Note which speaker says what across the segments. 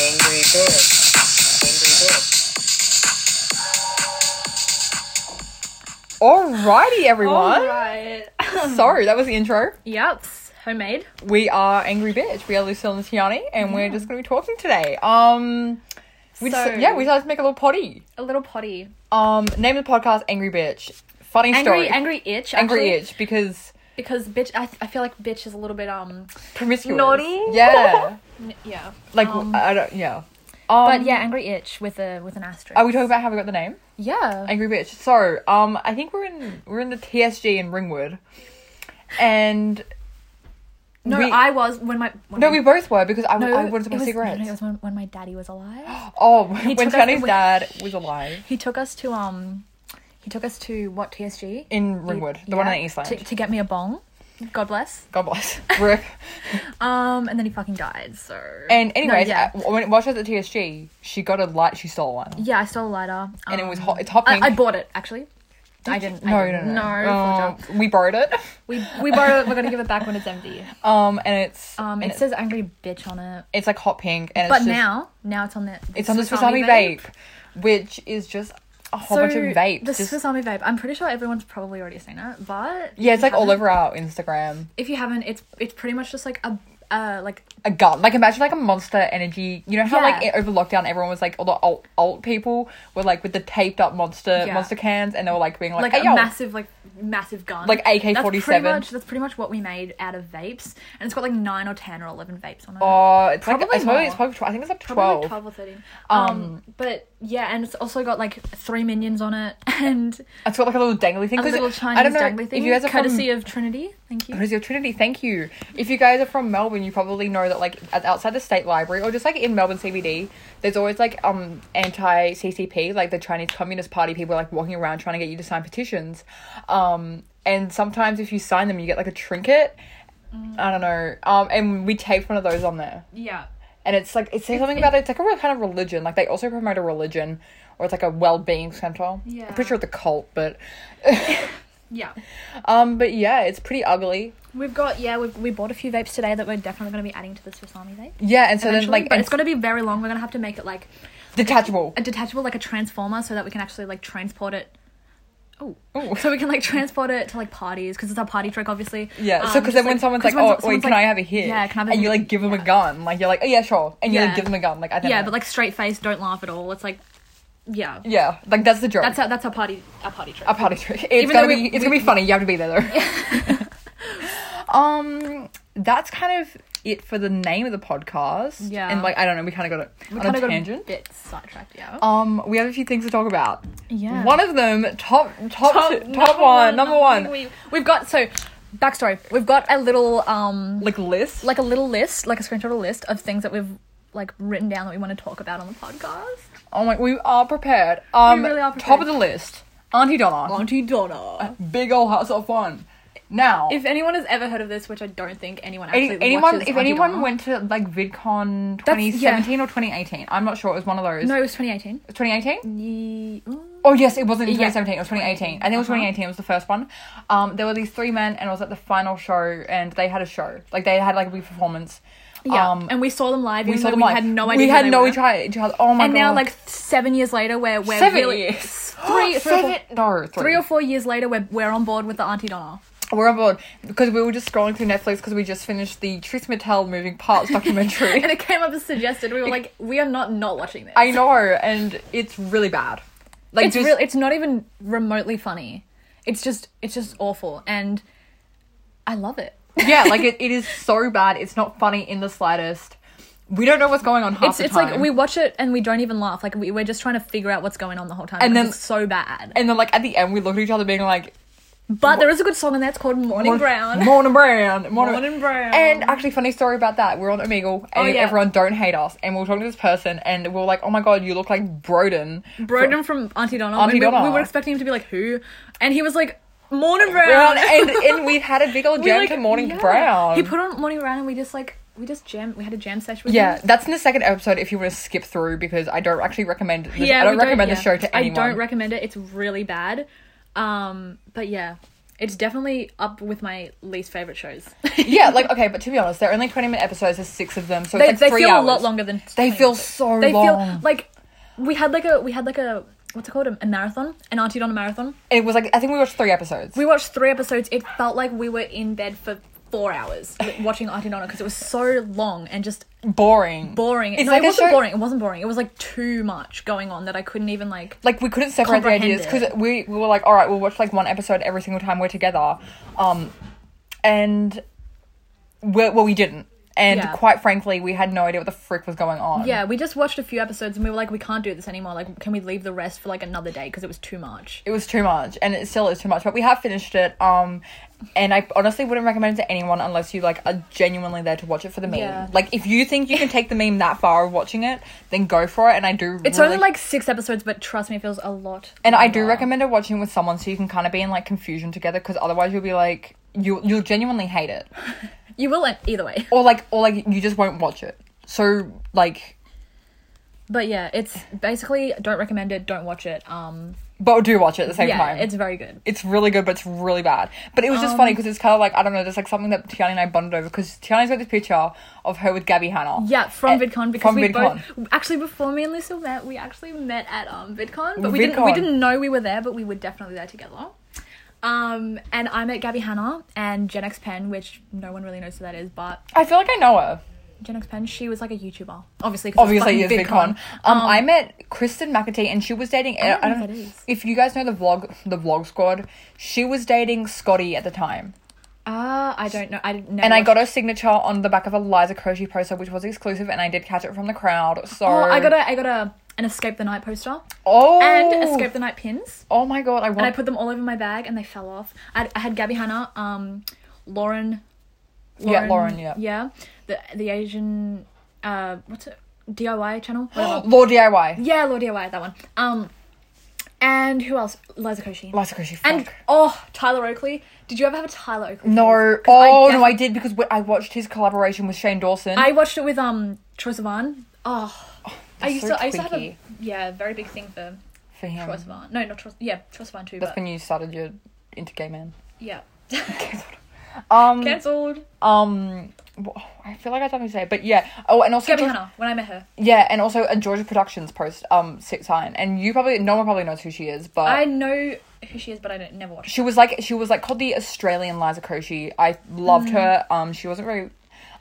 Speaker 1: Angry Bird. Angry Bird.
Speaker 2: Alrighty, everyone.
Speaker 3: All right.
Speaker 2: So that was the intro.
Speaker 3: Yep. Homemade.
Speaker 2: We are Angry Bitch. We are Lucille and Tiani, and we're just going to be talking today. Um, we
Speaker 3: So-
Speaker 2: just, yeah, we decided to make a little potty.
Speaker 3: A little potty.
Speaker 2: Um, name of the podcast Angry Bitch. Funny
Speaker 3: Angry,
Speaker 2: story.
Speaker 3: angry itch.
Speaker 2: Angry
Speaker 3: actually,
Speaker 2: itch because
Speaker 3: Because bitch, I, I feel like bitch is a little bit um.
Speaker 2: promiscuous.
Speaker 3: Naughty?
Speaker 2: Yeah.
Speaker 3: n- Yeah.
Speaker 2: like
Speaker 3: Um,
Speaker 2: I don't. Yeah. Um,
Speaker 3: But yeah, angry itch with a with an asterisk.
Speaker 2: Are we talking about how we got the name
Speaker 3: Yeah.
Speaker 2: Angry Bitch? So um, I think we're in we're in the TSG in Ringwood, and
Speaker 3: no,
Speaker 2: we-
Speaker 3: I was when my when
Speaker 2: no,
Speaker 3: my-
Speaker 2: we both were because I,
Speaker 3: no,
Speaker 2: I wanted to
Speaker 3: it
Speaker 2: buy
Speaker 3: was-
Speaker 2: cigarettes.
Speaker 3: No, no, it was when, when my daddy was alive.
Speaker 2: Oh,
Speaker 3: took
Speaker 2: when
Speaker 3: us
Speaker 2: Tiani's
Speaker 3: away.
Speaker 2: dad was alive
Speaker 3: He took us to um, he took us to what TSG
Speaker 2: in Ringwood, the one
Speaker 3: Yeah,
Speaker 2: on the East End.
Speaker 3: to, to get me a bong. God bless.
Speaker 2: God bless. Rip.
Speaker 3: Um, and then he fucking died. So
Speaker 2: And anyways,
Speaker 3: no, yeah.
Speaker 2: uh, when while she was at TSG, she got a light. She stole one,
Speaker 3: Yeah, I stole a lighter.
Speaker 2: and it was
Speaker 3: um,
Speaker 2: hot. It's hot
Speaker 3: I,
Speaker 2: pink.
Speaker 3: I bought it actually. I didn't.
Speaker 2: no,
Speaker 3: I
Speaker 2: no,
Speaker 3: didn't.
Speaker 2: no, no.
Speaker 3: full
Speaker 2: Um,
Speaker 3: job.
Speaker 2: we borrowed it.
Speaker 3: We we borrow it. We're gonna give it back when it's empty.
Speaker 2: Um, and it's
Speaker 3: Um,
Speaker 2: and
Speaker 3: it
Speaker 2: it's,
Speaker 3: says angry bitch on it.
Speaker 2: it's like hot pink, and it's
Speaker 3: But
Speaker 2: just,
Speaker 3: now, now it's on the.
Speaker 2: it's on the Swiss Army vape, which is just a whole bunch of vapes.
Speaker 3: The
Speaker 2: just-
Speaker 3: Swiss Army vape. I'm pretty sure everyone's probably already seen it, but
Speaker 2: yeah, it's
Speaker 3: if
Speaker 2: like
Speaker 3: you
Speaker 2: all
Speaker 3: haven't-
Speaker 2: over our Instagram.
Speaker 3: If you haven't, it's it's pretty much just like a uh like
Speaker 2: a gun. Like imagine like a monster energy. You know how like
Speaker 3: Yeah.
Speaker 2: it, over lockdown everyone was like all the alt alt people were like with the taped up monster
Speaker 3: Yeah.
Speaker 2: monster cans and they were like being like,
Speaker 3: like
Speaker 2: hey,
Speaker 3: a
Speaker 2: yo.
Speaker 3: massive like massive gun
Speaker 2: Like AK-47.
Speaker 3: That's pretty much that's pretty much what we made out of vapes, and it's got like nine or ten or eleven vapes on it.
Speaker 2: Oh, it's probably like,
Speaker 3: Probably
Speaker 2: it's probably, it's
Speaker 3: more.
Speaker 2: probably tw- I think it's up to
Speaker 3: Probably
Speaker 2: twelve.
Speaker 3: like 12 or 13. Um, but yeah, and it's also got like three minions on it and
Speaker 2: It's got like a little dangly thing.
Speaker 3: a
Speaker 2: 'cause
Speaker 3: little
Speaker 2: I
Speaker 3: Chinese
Speaker 2: don't know
Speaker 3: dangly thing.
Speaker 2: If you guys are
Speaker 3: courtesy
Speaker 2: from
Speaker 3: of Trinity. Thank you.
Speaker 2: Courtesy of Trinity, thank you. If you guys are from Melbourne, you probably know that like at- outside the state library or just like in Melbourne CBD, there's always like um anti CCP, like the Chinese Communist Party people like walking around trying to get you to sign petitions, um and sometimes if you sign them, you get like a trinket. I don't know. Um, and we taped one of those on there,
Speaker 3: Yeah.
Speaker 2: and it's like it says something about it. It's like a real kind of religion. Like they also promote a religion, or it's like a well-being center. I'm
Speaker 3: Yeah.
Speaker 2: pretty sure it's a cult, but
Speaker 3: Yeah.
Speaker 2: um, but yeah, it's pretty ugly.
Speaker 3: We've got, yeah, we've, we bought a few vapes today that we're definitely going to be adding to the Swiss Army vape.
Speaker 2: Yeah, and so
Speaker 3: eventually,
Speaker 2: then like
Speaker 3: but
Speaker 2: and
Speaker 3: it's going to be very long. We're going to have to make it like
Speaker 2: detachable.
Speaker 3: a detachable, like a transformer, so that we can actually like transport it. Oh.
Speaker 2: Ooh.
Speaker 3: So we can like transport it to like parties because it's our party trick, obviously.
Speaker 2: Yeah, so
Speaker 3: Um,
Speaker 2: because
Speaker 3: just,
Speaker 2: then when someone's
Speaker 3: 'cause
Speaker 2: like,
Speaker 3: when
Speaker 2: "Oh,
Speaker 3: so-
Speaker 2: wait,
Speaker 3: someone's
Speaker 2: can I have a hit?"
Speaker 3: Yeah, can I have a
Speaker 2: And you
Speaker 3: hit?
Speaker 2: like give them a
Speaker 3: Yeah.
Speaker 2: gun, like you're like, "Oh yeah, sure," and you like
Speaker 3: Yeah.
Speaker 2: give them a gun, like I don't
Speaker 3: Yeah,
Speaker 2: know.
Speaker 3: but like straight face, don't laugh at all. It's like, yeah.
Speaker 2: yeah, like that's the joke.
Speaker 3: That's our that's our party our party trick.
Speaker 2: a party trick. It's
Speaker 3: Even
Speaker 2: gonna
Speaker 3: though
Speaker 2: be
Speaker 3: we-
Speaker 2: it's gonna be funny. You have to be there though. um, that's kind of it for the name of the podcast.
Speaker 3: Yeah.
Speaker 2: and like I don't know, we kind of got it on a
Speaker 3: kinda got
Speaker 2: tangent.
Speaker 3: bit sidetracked, yeah.
Speaker 2: um, we have a few things to talk about.
Speaker 3: Yeah.
Speaker 2: One of them, top, top,
Speaker 3: Top-
Speaker 2: two- top, one, number one,
Speaker 3: We, we've got so backstory. We've got a little um
Speaker 2: like list.
Speaker 3: like a little list, like a screenshot of a list of things that we've like written down that we want to talk about on the podcast.
Speaker 2: oh my, we are prepared. Um,
Speaker 3: really are
Speaker 2: top
Speaker 3: prepared.
Speaker 2: of the list, Auntie Donna.
Speaker 3: Auntie Donna.
Speaker 2: big old house of fun. Now, if
Speaker 3: Uh, If anyone has ever heard of this, which I don't think anyone actually
Speaker 2: any, anyone,
Speaker 3: watches
Speaker 2: if
Speaker 3: Auntie
Speaker 2: anyone
Speaker 3: Donna-
Speaker 2: went to like VidCon
Speaker 3: That's-
Speaker 2: 2017 or 2018, I'm not sure. It was one of those.
Speaker 3: no, it was 2018.
Speaker 2: 2018.
Speaker 3: Ye- ooh.
Speaker 2: Oh yes, it wasn't in
Speaker 3: Yeah. Uh-huh.
Speaker 2: 2017. It was 2018. I think it was 2018. It was the first one. Um, there were these three men, and it was at the final show, and they had a show. Like they had like a big performance.
Speaker 3: Yeah,
Speaker 2: Um,
Speaker 3: and we saw them live.
Speaker 2: we
Speaker 3: even
Speaker 2: saw
Speaker 3: though
Speaker 2: them
Speaker 3: We
Speaker 2: live.
Speaker 3: had no idea.
Speaker 2: We
Speaker 3: who
Speaker 2: had
Speaker 3: they
Speaker 2: no
Speaker 3: were.
Speaker 2: each other. each other- Oh my
Speaker 3: and
Speaker 2: god.
Speaker 3: now, like seven years later, we're we're
Speaker 2: seven
Speaker 3: really
Speaker 2: years.
Speaker 3: three, three, or
Speaker 2: seven.
Speaker 3: four,
Speaker 2: no,
Speaker 3: three or four years later, we're we're on board with the Auntie Donna.
Speaker 2: We're on board because we were just scrolling through Netflix because we just finished the Truth Mattel Moving Parts documentary.
Speaker 3: And it came up as suggested. We were like, we are not not watching this.
Speaker 2: I know, and it's really bad. Like
Speaker 3: it's
Speaker 2: just,
Speaker 3: real. It's not even remotely funny. It's just it's just awful, and I love it.
Speaker 2: yeah, like it, it is so bad. It's not funny in the slightest. We don't know what's going on half
Speaker 3: It's
Speaker 2: the
Speaker 3: it's
Speaker 2: time.
Speaker 3: like we watch it and we don't even laugh. Like we, we're just trying to figure out what's going on the whole time.
Speaker 2: And
Speaker 3: And
Speaker 2: then-
Speaker 3: then it's so bad.
Speaker 2: and then like at the end, we look at each other, being like,
Speaker 3: but there is a good song in there. It's called Morning Brown.
Speaker 2: Morning Brown, Morning,
Speaker 3: Morning Brown.
Speaker 2: And actually, funny story about that. We're on Omegle, and
Speaker 3: Oh, yeah.
Speaker 2: everyone don't hate us. And we we're talking to this person, and we are like, oh my god, you look like Broden.
Speaker 3: Broden from Auntie Donna.
Speaker 2: Auntie
Speaker 3: and we,
Speaker 2: Donna.
Speaker 3: we were expecting him to be like who, and he was like Morning Brown.
Speaker 2: Brown, and and we had a big old
Speaker 3: We,
Speaker 2: jam
Speaker 3: like,
Speaker 2: to Morning
Speaker 3: yeah.
Speaker 2: Brown.
Speaker 3: He put on Morning Brown, and we just like we just jam. We had a jam session. With
Speaker 2: yeah,
Speaker 3: him.
Speaker 2: that's in the second episode. If you want to skip through, because I don't actually recommend. This,
Speaker 3: yeah.
Speaker 2: I don't
Speaker 3: we
Speaker 2: recommend
Speaker 3: yeah.
Speaker 2: the show to anyone.
Speaker 3: I don't recommend it. It's really bad. Um, but yeah, It's definitely up with my least favorite shows.
Speaker 2: Yeah, like okay, but to be honest, they're only twenty minute episodes. There's six of them, so
Speaker 3: they,
Speaker 2: it's
Speaker 3: they
Speaker 2: like three
Speaker 3: feel
Speaker 2: hours.
Speaker 3: a lot longer than
Speaker 2: They
Speaker 3: 20
Speaker 2: feel
Speaker 3: minutes.
Speaker 2: so
Speaker 3: They feel
Speaker 2: long.
Speaker 3: like we had like a we had like a what's it called a, a marathon an auntie on a marathon.
Speaker 2: It was like I think we watched three episodes.
Speaker 3: We watched three episodes. It felt like we were in bed for four hours watching Auntie Nonna because it was so long and just
Speaker 2: boring.
Speaker 3: boring.
Speaker 2: It's
Speaker 3: no,
Speaker 2: like
Speaker 3: it
Speaker 2: a
Speaker 3: wasn't
Speaker 2: show-
Speaker 3: boring. It wasn't boring. It was like too much going on that I couldn't even like.
Speaker 2: like we couldn't separate the
Speaker 3: Comprehend
Speaker 2: ideas
Speaker 3: it.
Speaker 2: because we, we were like all right we'll watch like one episode every single time we're together um and we well we didn't and
Speaker 3: Yeah.
Speaker 2: quite frankly we had no idea what the frick was going on
Speaker 3: Yeah, we just watched a few episodes and we were like, we can't do this anymore. Like, can we leave the rest for like another day because it was too much.
Speaker 2: it was too much and it still is too much but we have finished it um and i honestly wouldn't recommend it to anyone unless you like are genuinely there to watch it for the meme
Speaker 3: Yeah.
Speaker 2: like if you think you can take the meme that far of watching it then go for it and i do
Speaker 3: It's
Speaker 2: really-
Speaker 3: only like six episodes, but trust me, it feels a lot.
Speaker 2: And I do
Speaker 3: longer.
Speaker 2: recommend it watching with someone so you can kind of be in like confusion together because otherwise you'll be like you you'll genuinely hate it
Speaker 3: you will end either way.
Speaker 2: or like or like you just won't watch it. So like
Speaker 3: But yeah, it's basically don't recommend it, don't watch it. Um,
Speaker 2: but do watch it at the same
Speaker 3: yeah,
Speaker 2: time.
Speaker 3: it's
Speaker 2: It's
Speaker 3: very good.
Speaker 2: it's really good, but it's really bad. But it was just
Speaker 3: Um,
Speaker 2: funny because it's kind of like I don't know. There's like something that Tiani and I bonded over because Tiani's got this picture of her with Gabby Hanna.
Speaker 3: Yeah, from
Speaker 2: Eh,
Speaker 3: VidCon because
Speaker 2: from
Speaker 3: we
Speaker 2: VidCon.
Speaker 3: both actually before me and Lisa met, we actually met at um VidCon, but we didn't we
Speaker 2: VidCon.
Speaker 3: didn't know we were there, but we were definitely there together. Um, and I met Gabby Hanna and Gen X Pen, which no one really knows who that is, but
Speaker 2: I feel like I know her.
Speaker 3: Gen X Pen, she was like a YouTuber, obviously. 'cause it's
Speaker 2: Obviously, he is
Speaker 3: fucking
Speaker 2: VidCon. Um, I met Kristen McAtee, and she was dating. uh, I don't,
Speaker 3: don't know who that is.
Speaker 2: if you guys know the vlog, the vlog squad. She was dating Scotty at the time.
Speaker 3: Ah, I don't know. I didn't know.
Speaker 2: And I got her signature on the back of a Liza Koshy poster, which was exclusive, and I did catch it from the crowd. So
Speaker 3: Oh, I got a I got a an Escape the Night poster
Speaker 2: oh
Speaker 3: and Escape the Night pins.
Speaker 2: Oh my god! I want.
Speaker 3: and I put them all over my bag, and they fell off. I, I had Gabby Hanna, um, Lauren,
Speaker 2: Yeah, Lauren, yeah.
Speaker 3: yeah, the the Asian, uh, what's it, DIY channel, whatever.
Speaker 2: Law DIY.
Speaker 3: yeah, Lord DIY, that one. Um, and who else? Liza Koshy.
Speaker 2: Liza Koshy. Fuck.
Speaker 3: and oh, Tyler Oakley. Did you ever have a Tyler Oakley?
Speaker 2: no.
Speaker 3: phase? 'Cause
Speaker 2: Oh
Speaker 3: def-
Speaker 2: no, I did because wh- I watched his collaboration with Shane Dawson.
Speaker 3: I watched it with um Troye Sivan. Oh, I
Speaker 2: that's
Speaker 3: used
Speaker 2: so
Speaker 3: to I used to have
Speaker 2: tweaky.
Speaker 3: a yeah very big thing for
Speaker 2: for him.
Speaker 3: Troye Sivan. No, not Troye. Yeah, Troye Sivan too.
Speaker 2: That's
Speaker 3: But
Speaker 2: when you started your into gay man.
Speaker 3: yeah,
Speaker 2: Um.
Speaker 3: cancelled.
Speaker 2: Um. wh- I feel like I don't need to say, it, but yeah. Oh, and also
Speaker 3: Gabby
Speaker 2: George-
Speaker 3: Hanna. When I met her.
Speaker 2: yeah, and also a Georgia Productions post um six sign, and you probably no one probably knows who she is, but
Speaker 3: I know who she is, but I don't never watched.
Speaker 2: she was like she was like called the Australian Liza Koshy. I loved
Speaker 3: Mm.
Speaker 2: her. Um, she wasn't very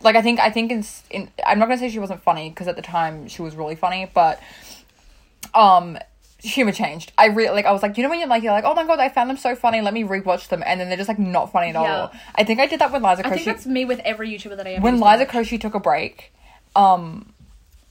Speaker 2: like I think I think in, in I'm not gonna say she wasn't funny because at the time she was really funny, but um. Humor changed. I really like. I was like, you know, when you're like, you're like, oh my god, I found them so funny. Let me rewatch them, and then they're just like not funny at all.
Speaker 3: Yeah.
Speaker 2: I think I did that with Liza
Speaker 3: I think
Speaker 2: Koshy.
Speaker 3: that's me with every YouTuber that I ever.
Speaker 2: When
Speaker 3: used to
Speaker 2: Liza
Speaker 3: watch.
Speaker 2: Koshy took a break, um,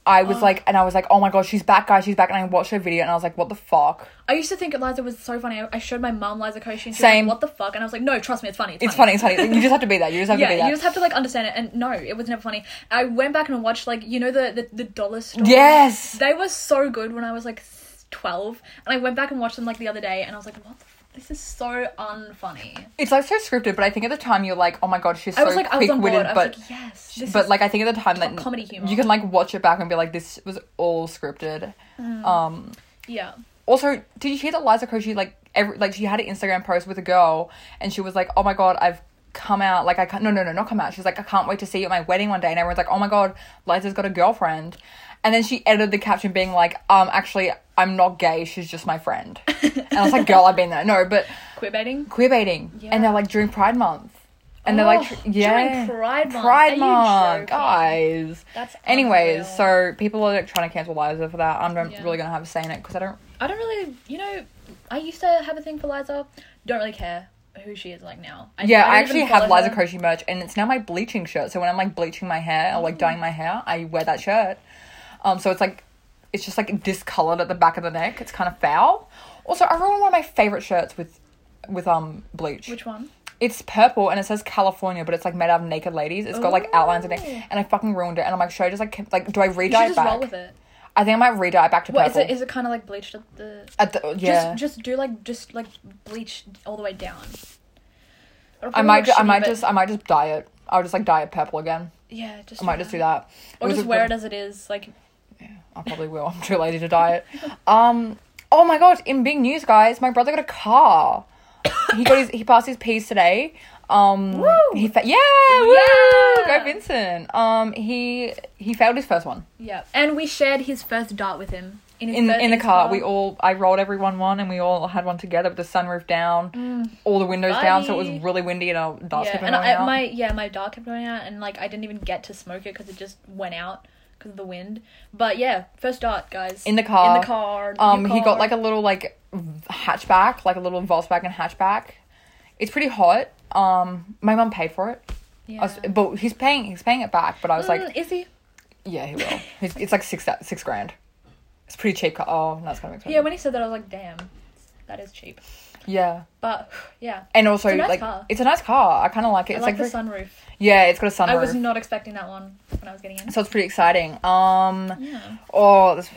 Speaker 2: I was like, and I was like, oh my god, she's back, guys, she's back, and I watched her video, and I was like, what the fuck?
Speaker 3: I used to think Liza was so funny. I, I showed my mum Liza Koshy. And she
Speaker 2: Same.
Speaker 3: Was like, what the fuck? And I was like, no, trust me, it's funny. It's,
Speaker 2: It's funny. It's funny. you just have to be there. You just have to be
Speaker 3: Yeah,
Speaker 2: there.
Speaker 3: you just have to like understand it. And no, it was never funny. I went back and watched like you know the the, the dollar store.
Speaker 2: Yes.
Speaker 3: They were so good when I was like twelve, and I went back and watched them like the other day, and I was like, what the. F- this is so unfunny.
Speaker 2: It's like so scripted, but I think at the time you're like, oh my god, she's so
Speaker 3: I was like, I was
Speaker 2: quick
Speaker 3: on board.
Speaker 2: witted,
Speaker 3: I was
Speaker 2: but
Speaker 3: like, yes. This
Speaker 2: but
Speaker 3: is-
Speaker 2: like I think at the time that
Speaker 3: comedy humor.
Speaker 2: you can like watch it back and be like, this was all scripted.
Speaker 3: Mm.
Speaker 2: Um,
Speaker 3: yeah.
Speaker 2: also, did you hear that Liza Koshy like every like she had an Instagram post with a girl and she was like, oh my god, I've come out like I can't no no no not come out. She's like, I can't wait to see you at my wedding one day, and everyone's like, oh my god, Liza's got a girlfriend. And then she edited the caption being like, um, actually, I'm not gay. She's just my friend. and I was like, girl, I've been there. No, but
Speaker 3: Queer baiting.
Speaker 2: queer baiting,
Speaker 3: Yeah.
Speaker 2: and they're like during Pride Month, and they're like, tr-
Speaker 3: Oh, during
Speaker 2: yeah,
Speaker 3: Pride Month. Are
Speaker 2: Pride
Speaker 3: you
Speaker 2: Month,
Speaker 3: joking?
Speaker 2: guys.
Speaker 3: That's
Speaker 2: Anyways,
Speaker 3: unreal.
Speaker 2: so people are like, trying to cancel Liza for that. I'm not
Speaker 3: Yeah.
Speaker 2: really gonna have a say in it because I don't.
Speaker 3: I don't really, you know, I used to have a thing for Liza. Don't really care who she is like now. I,
Speaker 2: Yeah, I,
Speaker 3: don't
Speaker 2: actually
Speaker 3: even
Speaker 2: have
Speaker 3: follow
Speaker 2: Liza
Speaker 3: her.
Speaker 2: Koshy merch, and it's now my bleaching shirt. So when I'm like bleaching my hair or like
Speaker 3: Mm.
Speaker 2: dyeing my hair, I wear that shirt. Um, so it's like, it's just like discolored at the back of the neck. It's kind of foul. Also, I ruined one of my favorite shirts with, with um bleach.
Speaker 3: Which one?
Speaker 2: It's purple and it says California, but it's like made out of naked ladies. It's got like outlines in it,
Speaker 3: Ooh.
Speaker 2: and I fucking ruined it. And I'm like, should I just like keep- like do I
Speaker 3: Oh. You should
Speaker 2: redye it
Speaker 3: just
Speaker 2: back?
Speaker 3: roll with it.
Speaker 2: I think I might redye it back to
Speaker 3: What is
Speaker 2: purple.
Speaker 3: it? Is it kind of like bleached at the?
Speaker 2: At the, yeah,
Speaker 3: Just, just do like just like bleach all the way down.
Speaker 2: I
Speaker 3: It'll probably
Speaker 2: might
Speaker 3: look
Speaker 2: ju- I
Speaker 3: shitty,
Speaker 2: might
Speaker 3: but-
Speaker 2: just I might just dye it. I'll just like dye it purple again.
Speaker 3: yeah just
Speaker 2: I might just do that.
Speaker 3: or
Speaker 2: was
Speaker 3: just
Speaker 2: a-
Speaker 3: wear it as it is like
Speaker 2: I probably will. I'm too lazy to dye it. Um. Oh my god! In big news, guys, my brother got a car. he got his he passed his P's today. Um,
Speaker 3: Woo!
Speaker 2: he fa- yeah, woo!
Speaker 3: Yeah!
Speaker 2: go Vincent. Um, he he failed his first one
Speaker 3: Yeah. And we shared his first dart with him in his
Speaker 2: in
Speaker 3: first
Speaker 2: in the car.
Speaker 3: Xbox.
Speaker 2: We all I rolled everyone one, and we all had one together with the sunroof down, all the windows down, so it
Speaker 3: Bye.
Speaker 2: was really windy, and our darts
Speaker 3: Mm. yeah,
Speaker 2: kept
Speaker 3: and
Speaker 2: going
Speaker 3: I,
Speaker 2: out.
Speaker 3: my yeah, my dart kept going out, and like I didn't even get to smoke it because it just went out because of the wind. But yeah, first dart, guys.
Speaker 2: In the car.
Speaker 3: In the car. the
Speaker 2: Um,
Speaker 3: new
Speaker 2: he got
Speaker 3: car.
Speaker 2: like a little like hatchback, like a little Volkswagen hatchback. It's pretty hot. Um, my mum paid for it.
Speaker 3: Yeah.
Speaker 2: I was, but he's paying he's paying it back. But I was like,
Speaker 3: Mm, is he?
Speaker 2: yeah, he will. He's, it's like six six grand. It's pretty cheap. car- Oh, no, it's kind of
Speaker 3: Yeah.
Speaker 2: expensive.
Speaker 3: When he said that, I was like, damn, that is cheap.
Speaker 2: Yeah,
Speaker 3: But yeah,
Speaker 2: and also
Speaker 3: It's a nice
Speaker 2: like
Speaker 3: car.
Speaker 2: it's a nice car. I kind of like it.
Speaker 3: I
Speaker 2: It's
Speaker 3: like,
Speaker 2: like,
Speaker 3: the
Speaker 2: very-
Speaker 3: sunroof.
Speaker 2: yeah, it's got a sunroof.
Speaker 3: I was not expecting that one when I was getting in.
Speaker 2: so it's pretty exciting. Um,
Speaker 3: Yeah.
Speaker 2: oh, this,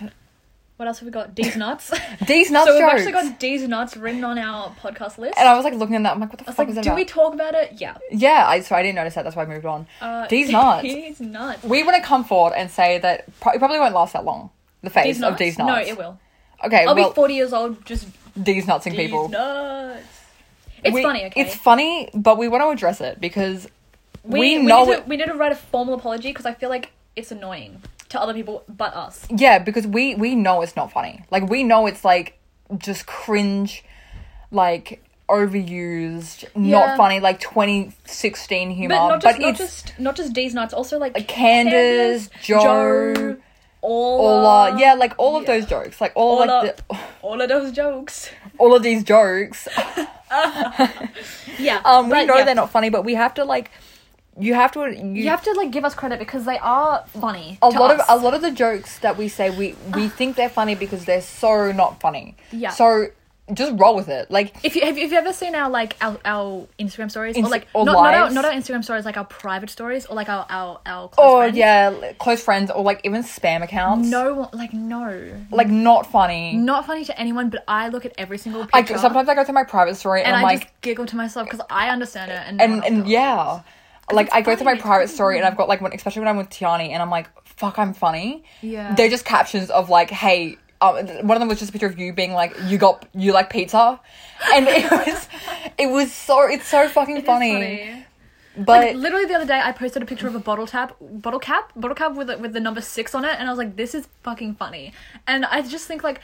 Speaker 3: What else have we got? D's nuts.
Speaker 2: these nuts
Speaker 3: so we've
Speaker 2: jokes.
Speaker 3: actually got D's nuts written on our podcast list.
Speaker 2: and I was like looking at that. I'm like, what the
Speaker 3: I was
Speaker 2: fuck
Speaker 3: like,
Speaker 2: is
Speaker 3: do
Speaker 2: that? about?
Speaker 3: we talk about it? Yeah.
Speaker 2: yeah, I so I didn't notice that. That's why I moved on.
Speaker 3: Uh,
Speaker 2: D's nuts.
Speaker 3: D's nuts.
Speaker 2: We want to come forward and say that pro- it probably won't last that long. The phase
Speaker 3: D's
Speaker 2: of
Speaker 3: nuts.
Speaker 2: D's
Speaker 3: No,
Speaker 2: nuts.
Speaker 3: it will.
Speaker 2: Okay,
Speaker 3: I'll
Speaker 2: well,
Speaker 3: be 40 years old just
Speaker 2: D's nutsing
Speaker 3: D's
Speaker 2: people.
Speaker 3: nuts. It's
Speaker 2: We-
Speaker 3: funny, okay?
Speaker 2: It's funny, but we want to address it because we, know
Speaker 3: need
Speaker 2: it.
Speaker 3: to, we need to write a formal apology because I feel like it's annoying to other people but us.
Speaker 2: yeah, because we we know it's not funny. Like we know it's like just cringe, like overused,
Speaker 3: Yeah.
Speaker 2: not funny, like 2016 humor.
Speaker 3: But not just,
Speaker 2: but
Speaker 3: not
Speaker 2: it's
Speaker 3: just not just D's nuts, also like
Speaker 2: Candace, Joe, all uh,
Speaker 3: Ola,
Speaker 2: yeah, like all of
Speaker 3: yeah.
Speaker 2: those jokes, like all,
Speaker 3: All
Speaker 2: like
Speaker 3: up.
Speaker 2: the,
Speaker 3: all of those jokes.
Speaker 2: all of these jokes
Speaker 3: Yeah.
Speaker 2: Um, we
Speaker 3: but
Speaker 2: know
Speaker 3: yeah.
Speaker 2: they're not funny, but we have to like, you have to. You,
Speaker 3: You have to like give us credit because they are funny.
Speaker 2: a
Speaker 3: to
Speaker 2: lot
Speaker 3: us.
Speaker 2: of a lot of the jokes that we say we we think they're funny because they're so not funny.
Speaker 3: Yeah.
Speaker 2: So just roll with it. Like
Speaker 3: If you have, you- have you ever seen our like our, our Instagram stories
Speaker 2: Inst-
Speaker 3: or like
Speaker 2: or
Speaker 3: not, not our
Speaker 2: lives?
Speaker 3: not our Instagram stories like our private stories or like our our our close
Speaker 2: oh
Speaker 3: friends?
Speaker 2: yeah, like, close friends or like even spam accounts.
Speaker 3: no one like no
Speaker 2: Like not funny.
Speaker 3: not funny to anyone but I look at every single
Speaker 2: I
Speaker 3: picture
Speaker 2: sometimes I go through my private story and,
Speaker 3: and
Speaker 2: I'm
Speaker 3: I
Speaker 2: like
Speaker 3: just giggle to myself because I understand it and no
Speaker 2: and
Speaker 3: one else
Speaker 2: and
Speaker 3: does.
Speaker 2: yeah. Like
Speaker 3: it's
Speaker 2: I go through my
Speaker 3: funny, it's
Speaker 2: private
Speaker 3: funny.
Speaker 2: story and I've got like when especially when I'm with Tiani and I'm like fuck I'm funny.
Speaker 3: Yeah.
Speaker 2: They're just captions of like hey um, th- one of them was just a picture of you being like you got you like pizza, and it was it was so it's so fucking
Speaker 3: It's
Speaker 2: funny.
Speaker 3: funny.
Speaker 2: But
Speaker 3: Like, literally the other day, I posted a picture of a bottle tap, bottle cap, bottle cap with the- with the number six on it, and I was like, "This is fucking funny." And I just think like,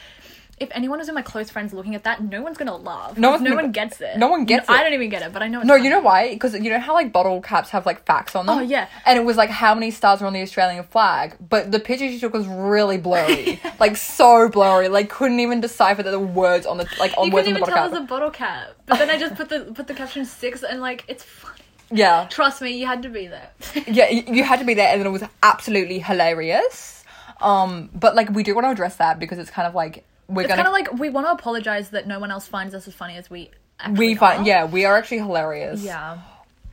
Speaker 3: if anyone is in my close friends looking at that, no one's gonna laugh.
Speaker 2: No
Speaker 3: No,
Speaker 2: one's
Speaker 3: no
Speaker 2: gonna-
Speaker 3: one gets it.
Speaker 2: no one gets
Speaker 3: I
Speaker 2: it.
Speaker 3: don't even get it, but I know. It's
Speaker 2: no,
Speaker 3: funny.
Speaker 2: you know why? Because you know how like bottle caps have like facts on them.
Speaker 3: Oh, yeah.
Speaker 2: And it was like how many stars are on the Australian flag, but the picture she took was really blurry, like so blurry, like couldn't even decipher that the words on the like on
Speaker 3: You
Speaker 2: words on the
Speaker 3: couldn't even
Speaker 2: bottle
Speaker 3: tell it
Speaker 2: cap.
Speaker 3: was a bottle cap, but then I just put the put the caption six, and like, it's funny.
Speaker 2: yeah.
Speaker 3: Trust me, you had to be there.
Speaker 2: yeah, y- you had to be there, and then it was absolutely hilarious. Um, but like we do want to address that because it's kind of like we're
Speaker 3: it's
Speaker 2: gonna
Speaker 3: kind of like we want to apologize that no one else finds us as funny as we. Actually
Speaker 2: we find
Speaker 3: are.
Speaker 2: yeah we are actually hilarious.
Speaker 3: Yeah.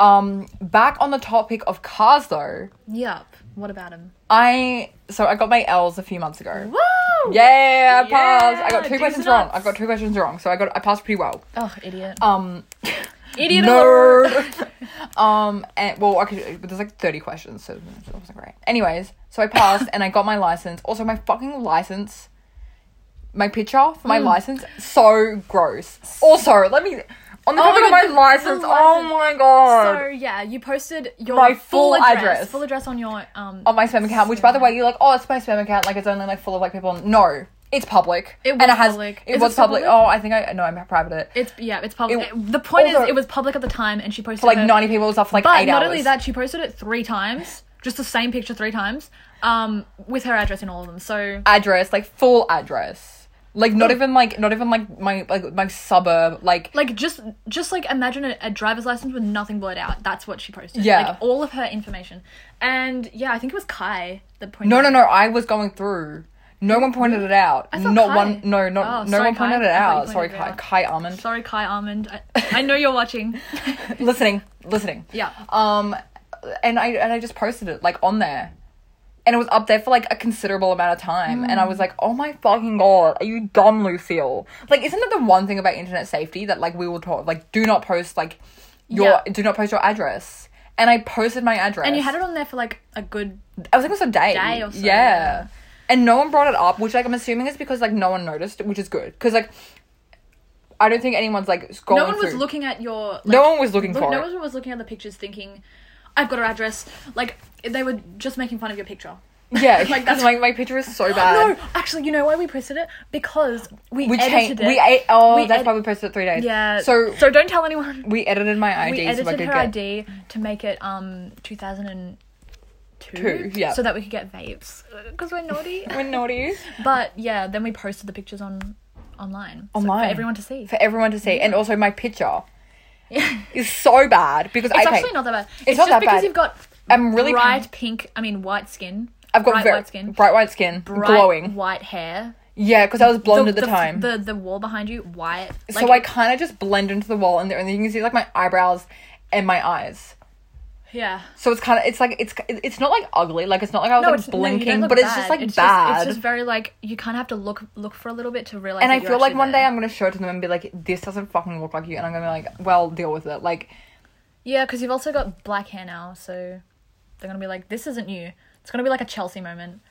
Speaker 2: Um, back on the topic of cars though,
Speaker 3: Yup. What about him?
Speaker 2: I so I got my L's a few months ago.
Speaker 3: Woo!
Speaker 2: Yeah, I passed. I got
Speaker 3: Yeah,
Speaker 2: two
Speaker 3: juice
Speaker 2: questions
Speaker 3: it
Speaker 2: wrong.
Speaker 3: up.
Speaker 2: I got two questions wrong, so I got I passed pretty well.
Speaker 3: Oh, idiot.
Speaker 2: Um,
Speaker 3: idiot alert.
Speaker 2: nerd. um, and well, okay, but there's like 30 questions, so that wasn't great. Anyways, so I passed and I got my license. Also, my fucking license, my picture for
Speaker 3: Hmm.
Speaker 2: my license, so gross. Also, let me on the
Speaker 3: Oh
Speaker 2: topic
Speaker 3: my
Speaker 2: of my
Speaker 3: God, the- the
Speaker 2: license. Oh
Speaker 3: license.
Speaker 2: my god.
Speaker 3: So yeah, you posted your
Speaker 2: My full
Speaker 3: full, address,
Speaker 2: address.
Speaker 3: full address on your um.
Speaker 2: on my spam account, which by the way, you're like, oh, it's my spam account, like it's only like full of like people. No, it's public.
Speaker 3: It
Speaker 2: and
Speaker 3: was
Speaker 2: it has,
Speaker 3: public.
Speaker 2: It
Speaker 3: Is
Speaker 2: was
Speaker 3: it
Speaker 2: public.
Speaker 3: public?
Speaker 2: Oh, I think I no, I'm private it.
Speaker 3: it's yeah, it's public.
Speaker 2: It-
Speaker 3: It- the point
Speaker 2: although-
Speaker 3: is, it was public at the time, and she posted
Speaker 2: For like
Speaker 3: it-
Speaker 2: 90 people, it was up for like
Speaker 3: But
Speaker 2: eight
Speaker 3: not
Speaker 2: hours.
Speaker 3: only that, she posted it three times, just the same picture three times, um, with her address in all of them. So
Speaker 2: address, like full address. Like
Speaker 3: Oh.
Speaker 2: not even like not even like my like my suburb. Like,
Speaker 3: like just just like imagine a, a driver's license with nothing blurred out. That's what she posted.
Speaker 2: Yeah.
Speaker 3: like all of her information, and yeah, I think it was Kai that pointed.
Speaker 2: no no
Speaker 3: out-
Speaker 2: no, I was going through. No one pointed it out.
Speaker 3: thought
Speaker 2: Not
Speaker 3: Kai-
Speaker 2: one no no
Speaker 3: Oh,
Speaker 2: no
Speaker 3: sorry,
Speaker 2: one
Speaker 3: Kai.
Speaker 2: pointed it
Speaker 3: I thought you
Speaker 2: out.
Speaker 3: pointed
Speaker 2: Sorry,
Speaker 3: it
Speaker 2: Kai
Speaker 3: out.
Speaker 2: Kai Almond.
Speaker 3: Sorry, Kai Armand. I, I know you're watching.
Speaker 2: listening. Listening.
Speaker 3: Yeah.
Speaker 2: Um and I and I just posted it like on there. And it was up there for like a considerable amount of time. And I was like, oh my fucking god, are you dumb, Lucille? Like, isn't that the one thing about internet safety that like we will talk like do not post like your
Speaker 3: Yeah.
Speaker 2: do not post your address. And I posted my address.
Speaker 3: And you had it on there for like a good
Speaker 2: I was like, it was a day.
Speaker 3: Day or so,
Speaker 2: Yeah.
Speaker 3: yeah.
Speaker 2: And no one brought it up, which like I'm assuming is because like no one noticed, which is good. Because like I don't think anyone's like scrolling
Speaker 3: no one was
Speaker 2: through.
Speaker 3: looking at your. Like,
Speaker 2: No one was looking for
Speaker 3: No
Speaker 2: it.
Speaker 3: one was looking at the pictures, thinking, "I've got her address." Like they were just making fun of your picture.
Speaker 2: Yeah,
Speaker 3: Like,
Speaker 2: like that's
Speaker 3: that's-
Speaker 2: my my picture is so
Speaker 3: No,
Speaker 2: bad.
Speaker 3: actually, you know why we posted it? Because we,
Speaker 2: we
Speaker 3: edited
Speaker 2: changed.
Speaker 3: it.
Speaker 2: We ate. Oh,
Speaker 3: We
Speaker 2: that's
Speaker 3: edi-
Speaker 2: why we posted it three days.
Speaker 3: yeah.
Speaker 2: So
Speaker 3: so don't tell anyone.
Speaker 2: we edited my ID.
Speaker 3: we
Speaker 2: so I
Speaker 3: edited
Speaker 2: could
Speaker 3: her
Speaker 2: get-
Speaker 3: ID to make it um 2002.
Speaker 2: Two, yeah.
Speaker 3: So that we could get vapes because we're naughty.
Speaker 2: We're naughty
Speaker 3: but yeah, then we posted the pictures on online. so-
Speaker 2: Online.
Speaker 3: for everyone to see.
Speaker 2: for everyone to see, and also my picture is so bad because
Speaker 3: It's
Speaker 2: okay,
Speaker 3: actually not that bad. It's,
Speaker 2: not
Speaker 3: just
Speaker 2: that
Speaker 3: because
Speaker 2: bad.
Speaker 3: you've got
Speaker 2: I'm really
Speaker 3: bright pink. I mean, white skin.
Speaker 2: I've got
Speaker 3: bright
Speaker 2: very,
Speaker 3: white skin.
Speaker 2: bright white skin,
Speaker 3: bright
Speaker 2: glowing.
Speaker 3: white hair.
Speaker 2: Yeah, because I was blonde at the,
Speaker 3: f-
Speaker 2: time.
Speaker 3: The the wall behind you white.
Speaker 2: so I kind of just blend into the wall, and the only thing you can see is like my eyebrows and my eyes.
Speaker 3: yeah.
Speaker 2: So it's kind of it's like it's it's not like ugly, like it's not like I was
Speaker 3: No,
Speaker 2: like
Speaker 3: it's no, you don't
Speaker 2: blinking,
Speaker 3: look
Speaker 2: but it's just
Speaker 3: bad.
Speaker 2: like
Speaker 3: it's
Speaker 2: bad.
Speaker 3: Just, it's just very like you kind of have to look look for a little bit to realize.
Speaker 2: and
Speaker 3: that
Speaker 2: I
Speaker 3: you're
Speaker 2: feel like
Speaker 3: actually
Speaker 2: one day
Speaker 3: there.
Speaker 2: I'm gonna show it to them and be like, "This doesn't fucking look like you," and I'm gonna be like, "Well, deal with it." Like,
Speaker 3: Yeah, because you've also got black hair now, so they're gonna be like, "This isn't you." It's gonna be like a Chelsea moment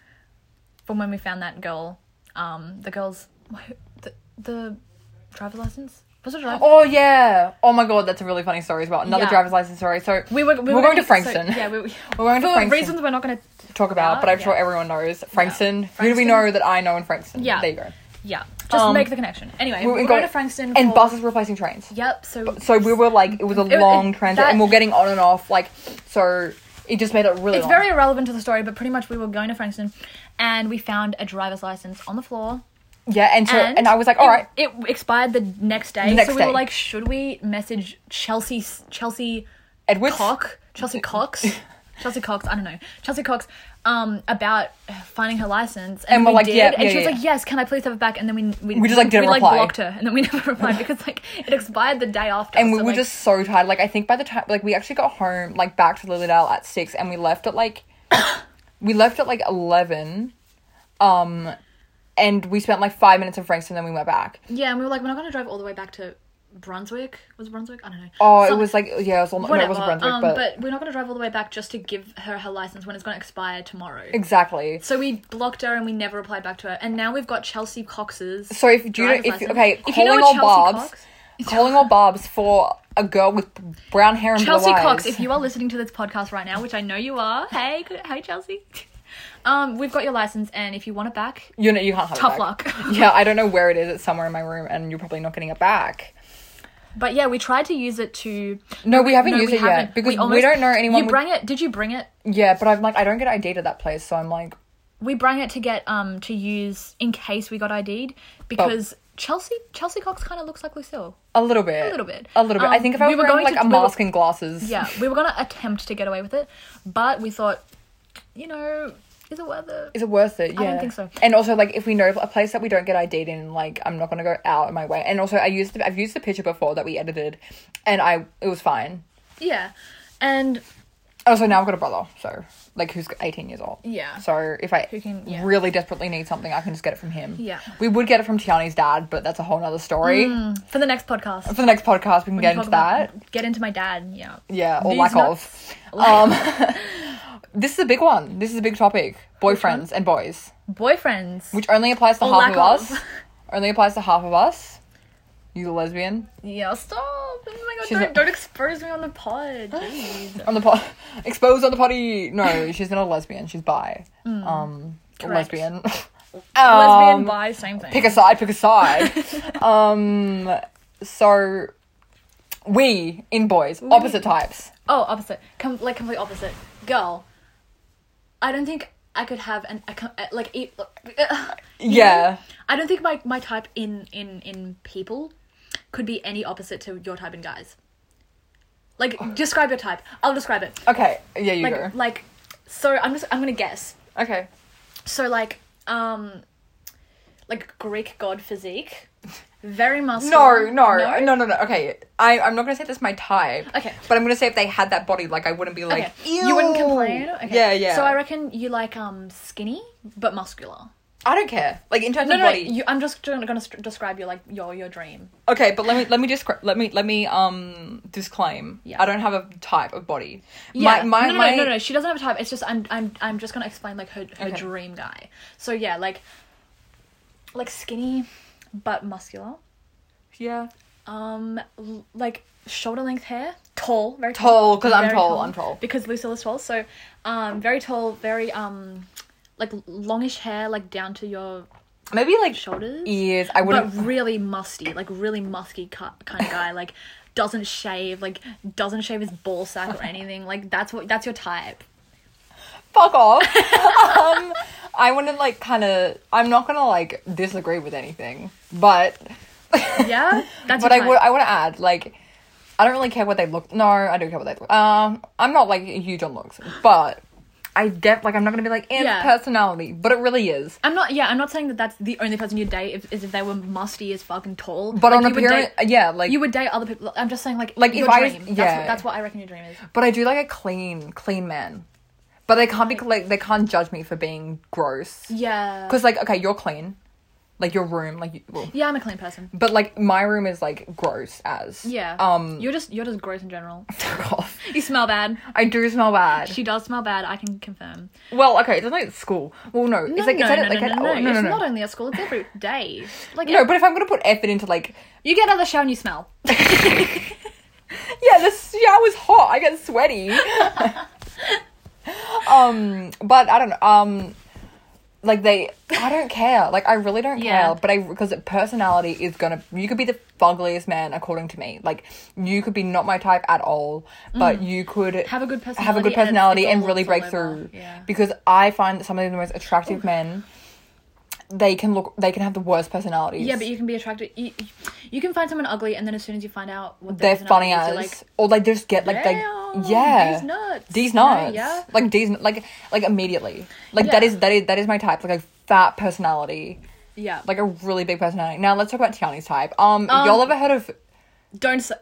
Speaker 3: from when we found that girl. Um, the girl's wh- the the driver's license was it a driver?
Speaker 2: oh yeah, oh my god, that's a really funny story as well. Another
Speaker 3: Yeah.
Speaker 2: driver's license story. So
Speaker 3: We were, we
Speaker 2: we're,
Speaker 3: were
Speaker 2: going to
Speaker 3: gonna- so-
Speaker 2: Frankston.
Speaker 3: yeah, we were,
Speaker 2: We're going to
Speaker 3: for
Speaker 2: Frankston.
Speaker 3: reasons we're not going to
Speaker 2: Talk about, but I'm
Speaker 3: Yeah.
Speaker 2: sure everyone knows Frankston. Who do we
Speaker 3: Frankston.
Speaker 2: know that I know in Frankston?
Speaker 3: Yeah.
Speaker 2: There you go.
Speaker 3: Yeah, just
Speaker 2: Um,
Speaker 3: make the connection. Anyway,
Speaker 2: We
Speaker 3: we
Speaker 2: were
Speaker 3: are going,
Speaker 2: going-
Speaker 3: to Frankston
Speaker 2: And
Speaker 3: for-
Speaker 2: buses replacing trains.
Speaker 3: Yep. So
Speaker 2: So we were like, it was a
Speaker 3: it-
Speaker 2: long transit,
Speaker 3: that-
Speaker 2: and we're getting on and off. Like, so it just made it really.
Speaker 3: it's
Speaker 2: long.
Speaker 3: very irrelevant to the story, but pretty much we were going to Frankston, and we found a driver's license on the floor.
Speaker 2: yeah, and so and, I was like,
Speaker 3: it-
Speaker 2: all right,
Speaker 3: It, expired the next day,
Speaker 2: The next
Speaker 3: so we
Speaker 2: day.
Speaker 3: were like, should we message Chelsea Chelsea
Speaker 2: Edwards.
Speaker 3: Cock Chelsea Cox Chelsea Cox? I don't know Chelsea Cox um about finding her license, and,
Speaker 2: And
Speaker 3: we
Speaker 2: we're like,
Speaker 3: did,
Speaker 2: yeah,
Speaker 3: and
Speaker 2: yeah,
Speaker 3: she was
Speaker 2: yeah.
Speaker 3: like, yes, can I please have it back? And then we we,
Speaker 2: We just, like, didn't
Speaker 3: we,
Speaker 2: reply.
Speaker 3: blocked her, and then we never replied because like it expired the day after,
Speaker 2: and we
Speaker 3: so,
Speaker 2: were
Speaker 3: like,
Speaker 2: just so tired. Like I think by the time like we actually got home like back to Lilydale at six, and we left at like we left at like eleven, um, and we spent like five minutes in Frankston, then we went back.
Speaker 3: yeah, and we were like, we're not gonna drive all the way back to Brunswick. Was it Brunswick? I don't know.
Speaker 2: Oh, it
Speaker 3: Some-
Speaker 2: was like yeah, it was almost, no, it
Speaker 3: Whatever.
Speaker 2: wasn't Brunswick,
Speaker 3: um,
Speaker 2: but,
Speaker 3: but... we're not going to drive all the way back just to give her her license when it's going to expire tomorrow.
Speaker 2: exactly.
Speaker 3: So we blocked her and we never replied back to her. And now we've got Chelsea Cox's.
Speaker 2: So if you
Speaker 3: driver's
Speaker 2: don't- if you-
Speaker 3: license.
Speaker 2: okay,
Speaker 3: If you know
Speaker 2: calling
Speaker 3: a
Speaker 2: all
Speaker 3: Chelsea
Speaker 2: Bobs-
Speaker 3: Cox-
Speaker 2: Calling all bobs for a girl with brown hair and
Speaker 3: Chelsea
Speaker 2: blue eyes.
Speaker 3: Cox, if you are listening to this podcast right now, which I know you are, hey, good- hey Chelsea. Um, we've got your license, and if you want it back,
Speaker 2: you know you can't have it
Speaker 3: Tough
Speaker 2: back.
Speaker 3: luck.
Speaker 2: yeah, I don't know where it is. It's somewhere in my room, and you're probably not getting it back.
Speaker 3: but yeah, we tried to use it to.
Speaker 2: No, we haven't
Speaker 3: No,
Speaker 2: used
Speaker 3: we
Speaker 2: it
Speaker 3: haven't.
Speaker 2: yet because we,
Speaker 3: almost-
Speaker 2: don't know anyone.
Speaker 3: You
Speaker 2: with-
Speaker 3: bring it? Did you bring it?
Speaker 2: yeah, but I'm like I don't get ID to that place, so I'm like
Speaker 3: we bring it to get um to use in case we got ID'd because Chelsea Chelsea Cox kind of looks like Lucille.
Speaker 2: A little bit. A
Speaker 3: little bit.
Speaker 2: A little bit. I
Speaker 3: Um,
Speaker 2: think if I
Speaker 3: we
Speaker 2: was
Speaker 3: were
Speaker 2: wearing
Speaker 3: going
Speaker 2: like
Speaker 3: to-
Speaker 2: a
Speaker 3: we were-
Speaker 2: mask and glasses.
Speaker 3: Yeah, we were gonna attempt to get away with it, but we thought, you know, is it worth it?
Speaker 2: Is it worth it? Yeah.
Speaker 3: don't think so.
Speaker 2: And also, like, if we know a place that we don't get ID'd in, like, I'm not gonna go out of my way. And also, I used the, I've used the picture before that we edited, and I it was fine.
Speaker 3: Yeah, and
Speaker 2: Also, now I've got a brother, so like, who's 18 years old.
Speaker 3: Yeah.
Speaker 2: So if I
Speaker 3: Who can- yeah.
Speaker 2: really desperately need something, I can just get it from him.
Speaker 3: Yeah.
Speaker 2: We would get it from Tiani's dad, but that's a whole nother story.
Speaker 3: for the next podcast,
Speaker 2: For the next podcast, we can
Speaker 3: we
Speaker 2: get
Speaker 3: talk
Speaker 2: into
Speaker 3: about-
Speaker 2: that.
Speaker 3: Get into my dad. Yeah.
Speaker 2: Yeah, or
Speaker 3: These
Speaker 2: lack
Speaker 3: nuts.
Speaker 2: of. Um, this is a big one. This is a big topic. Boyfriends and boys.
Speaker 3: Boyfriends.
Speaker 2: Which only applies to
Speaker 3: Or
Speaker 2: half
Speaker 3: lack
Speaker 2: of us.
Speaker 3: of.
Speaker 2: Only applies to half of us. You lesbian
Speaker 3: yeah. Stop. Oh my god!
Speaker 2: She's
Speaker 3: Don't,
Speaker 2: a-
Speaker 3: don't expose me on the pod. Jeez.
Speaker 2: on the pot, exposed on the potty. No, she's not a lesbian. She's bi. Um,
Speaker 3: Hmm. Correct.
Speaker 2: lesbian.
Speaker 3: Lesbian,
Speaker 2: Um,
Speaker 3: bi, same thing.
Speaker 2: Pick a side. Pick a side. um, so we in boys opposite types.
Speaker 3: Oh, opposite. Com- like complete opposite. Girl, I don't think I could have an a, co- uh, like e-
Speaker 2: Yeah.
Speaker 3: I don't think my my type in in in people could be any opposite to your type in guys. Like
Speaker 2: Oh.
Speaker 3: describe your type. I'll describe it.
Speaker 2: Okay. Yeah, you
Speaker 3: Like
Speaker 2: go.
Speaker 3: like so I'm just I'm going to guess.
Speaker 2: Okay.
Speaker 3: So like um like Greek god physique, very
Speaker 2: No,
Speaker 3: muscular.
Speaker 2: no, no, no, no, Okay, I, I'm not gonna say that's my type.
Speaker 3: Okay.
Speaker 2: But I'm gonna say if they had that body, like I wouldn't be like,
Speaker 3: Okay. You wouldn't
Speaker 2: "Ew."
Speaker 3: complain. Okay.
Speaker 2: Yeah, yeah.
Speaker 3: So I reckon you like um skinny but muscular.
Speaker 2: I don't care. Like in terms
Speaker 3: No,
Speaker 2: of
Speaker 3: no, no,
Speaker 2: body.
Speaker 3: you, I'm just gonna, gonna st- describe your like your your dream.
Speaker 2: okay, but let me let me just let me let me um disclaim.
Speaker 3: Yeah.
Speaker 2: I don't have a type of body. My,
Speaker 3: Yeah,
Speaker 2: my,
Speaker 3: no, no,
Speaker 2: my,
Speaker 3: no, no, no, She doesn't have a type. It's just I'm I'm I'm just gonna explain like her her
Speaker 2: Okay.
Speaker 3: dream guy. So yeah, like like skinny but muscular.
Speaker 2: Yeah.
Speaker 3: Um, l- like shoulder length hair, tall, very
Speaker 2: Tall, 'cause I'm
Speaker 3: very
Speaker 2: tall, I'm tall.
Speaker 3: Because Lucilla's tall, so um, very tall, very um, like longish hair, like down to your
Speaker 2: Maybe like
Speaker 3: shoulders.
Speaker 2: ears. I
Speaker 3: but
Speaker 2: wouldn't.
Speaker 3: really musty, like really musky cut kind of guy, like doesn't shave, like doesn't shave his ball sack or anything. Like that's what that's your type.
Speaker 2: Fuck off. um, I wouldn't like kind of. I'm not gonna like disagree with anything, but
Speaker 3: Yeah, that's
Speaker 2: but
Speaker 3: your
Speaker 2: I
Speaker 3: type.
Speaker 2: would I want to add like I don't really care what they look. No, I don't care what they look. Um, I'm not like huge on looks, but I def like I'm not gonna be like and
Speaker 3: Yeah.
Speaker 2: personality, but it really is.
Speaker 3: I'm not. Yeah, I'm not saying that that's the only person you date if, is if they were musty as fucking tall.
Speaker 2: But
Speaker 3: Like,
Speaker 2: on
Speaker 3: you would
Speaker 2: appearance,
Speaker 3: date,
Speaker 2: yeah, like
Speaker 3: you would date other people. I'm just saying, like,
Speaker 2: Like,
Speaker 3: your
Speaker 2: if I was-
Speaker 3: dream. that's,
Speaker 2: yeah.
Speaker 3: what, that's what I reckon your dream is.
Speaker 2: But I do like a clean, clean man. But they can't be like they can't judge me for being gross.
Speaker 3: Yeah.
Speaker 2: Cause like okay, you're clean, like your room, like you, well,
Speaker 3: yeah, I'm a clean person.
Speaker 2: but like my room is like gross as
Speaker 3: Yeah.
Speaker 2: Um,
Speaker 3: You're just you're just gross in general.
Speaker 2: fuck off.
Speaker 3: You smell bad.
Speaker 2: I do smell bad.
Speaker 3: She does smell bad. I can confirm.
Speaker 2: well, okay, it's not like at school. Well, no,
Speaker 3: No,
Speaker 2: it's like
Speaker 3: no,
Speaker 2: it's at,
Speaker 3: no,
Speaker 2: like
Speaker 3: no,
Speaker 2: at,
Speaker 3: no,
Speaker 2: oh,
Speaker 3: no,
Speaker 2: no,
Speaker 3: It's
Speaker 2: no, no.
Speaker 3: not only at school. It's every day. Like
Speaker 2: No, but if I'm gonna put effort into like,
Speaker 3: you get out of the shower and you smell.
Speaker 2: yeah, the shower's hot, I get sweaty. um, but I don't know. Um, like they, I don't care. Like I really don't
Speaker 3: Yeah.
Speaker 2: care. But I because personality is gonna. You could be the fuggliest man according to me. Like you could be not my type at all. But you could
Speaker 3: Mm. Have a good
Speaker 2: have a good
Speaker 3: personality and it's-
Speaker 2: personality
Speaker 3: it's all
Speaker 2: and, really
Speaker 3: looks all
Speaker 2: break
Speaker 3: over.
Speaker 2: through.
Speaker 3: Yeah.
Speaker 2: Because I find that some of the most attractive men. They can look. They can have the worst personalities.
Speaker 3: Yeah, but you can be attracted. You, you can find someone ugly, and then as soon as you find out what their
Speaker 2: they're funny
Speaker 3: personality
Speaker 2: as
Speaker 3: is, you're
Speaker 2: or like they just get like
Speaker 3: like,
Speaker 2: they
Speaker 3: "Damn,
Speaker 2: yeah
Speaker 3: these nuts,
Speaker 2: these
Speaker 3: you know,
Speaker 2: nuts
Speaker 3: yeah.
Speaker 2: like these like like immediately like that
Speaker 3: Yeah.
Speaker 2: is that is that is my type like a fat personality
Speaker 3: yeah,
Speaker 2: like a really big personality now let's talk about Tiani's type um,
Speaker 3: Um,
Speaker 2: y'all ever heard of
Speaker 3: don't say.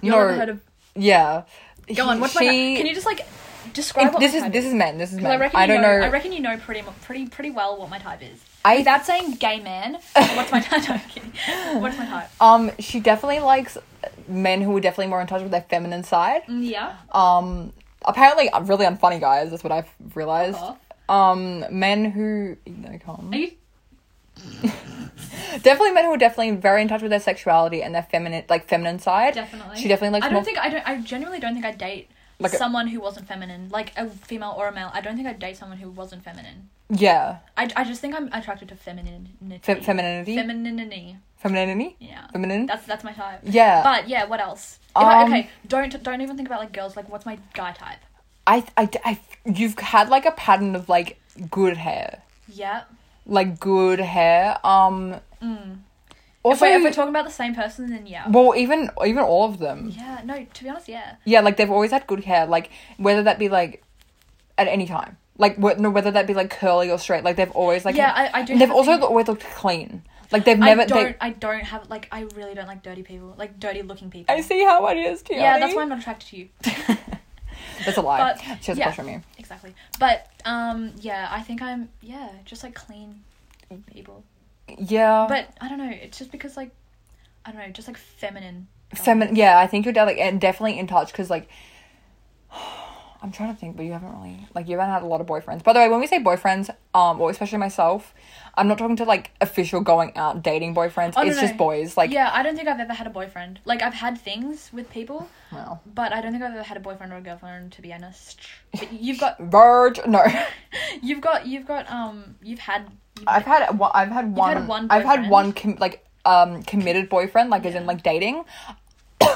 Speaker 3: you
Speaker 2: no
Speaker 3: ever heard of?
Speaker 2: yeah
Speaker 3: Go on. What's my?
Speaker 2: she-
Speaker 3: Can you just like describe?
Speaker 2: it-
Speaker 3: what
Speaker 2: this
Speaker 3: my
Speaker 2: is
Speaker 3: type
Speaker 2: this is men this is
Speaker 3: 'Cause
Speaker 2: men
Speaker 3: I reckon
Speaker 2: I
Speaker 3: you
Speaker 2: don't
Speaker 3: know,
Speaker 2: know
Speaker 3: I reckon you know pretty mu- pretty pretty well what my type is.
Speaker 2: I-
Speaker 3: Without saying gay man, what's my type? No, I'm kidding. What's my type?
Speaker 2: um she definitely likes men who are definitely more in touch with their feminine side
Speaker 3: Yeah.
Speaker 2: um apparently I'm really unfunny guys that's what I've realized
Speaker 3: Fuck
Speaker 2: um men who no come
Speaker 3: Are you?
Speaker 2: Definitely men who are definitely very in touch with their sexuality and their feminine, like feminine side.
Speaker 3: Definitely.
Speaker 2: She definitely likes.
Speaker 3: I don't
Speaker 2: more-
Speaker 3: think I don't. I genuinely don't think I'd date
Speaker 2: Like a-
Speaker 3: someone who wasn't feminine, like a female or a male. I don't think I'd date someone who wasn't feminine.
Speaker 2: Yeah,
Speaker 3: I, I just think I'm attracted to femininity.
Speaker 2: Fe- femininity,
Speaker 3: femininity.
Speaker 2: femininity,
Speaker 3: Yeah.
Speaker 2: feminine.
Speaker 3: That's that's my type.
Speaker 2: yeah,
Speaker 3: But yeah, what else? If I,
Speaker 2: Um,
Speaker 3: okay, don't don't even think about like girls. Like, what's my guy type?
Speaker 2: I, I, I, you've had like a pattern of like good hair,
Speaker 3: Yeah.
Speaker 2: like good hair. Um, also,
Speaker 3: Wait, Mm. if we're talking about the same person, then yeah.
Speaker 2: well, even even all of them.
Speaker 3: Yeah. No, to be honest, yeah.
Speaker 2: Yeah, like they've always had good hair, like whether that be like at any time, like wh- no, whether that be like curly or straight, like they've always like
Speaker 3: Yeah, I- I do
Speaker 2: They've
Speaker 3: have a
Speaker 2: also
Speaker 3: thing-
Speaker 2: always looked clean. Like they've never.
Speaker 3: I don't.
Speaker 2: They,
Speaker 3: I don't have like. I really don't like dirty people. Like dirty looking people.
Speaker 2: I see how it is, Tiani.
Speaker 3: yeah, that's why I'm not attracted to you.
Speaker 2: That's a lie.
Speaker 3: But,
Speaker 2: she has
Speaker 3: yeah.
Speaker 2: a crush on me.
Speaker 3: Exactly. But um, yeah, I think I'm yeah, just like clean people.
Speaker 2: Yeah.
Speaker 3: But I don't know. It's just because like I don't know, just like feminine.
Speaker 2: feminine. Yeah, I think you're de- like and definitely in touch because like. I'm trying to think, but you haven't really like you haven't had a lot of boyfriends. By the way, when we say boyfriends, um, or especially myself, I'm not talking to like official going out dating boyfriends.
Speaker 3: Oh, no,
Speaker 2: it's
Speaker 3: no.
Speaker 2: just boys. Like,
Speaker 3: yeah, I don't think I've ever had a boyfriend. Like I've had things with people,
Speaker 2: well,
Speaker 3: but I don't think I've ever had a boyfriend or a girlfriend. To be honest, but you've got,
Speaker 2: verge. No,
Speaker 3: you've got, you've got, um, you've had. You've
Speaker 2: I've had one. I've had one.
Speaker 3: one
Speaker 2: I've had
Speaker 3: boyfriend?
Speaker 2: one com- like um committed boyfriend, like as in like dating.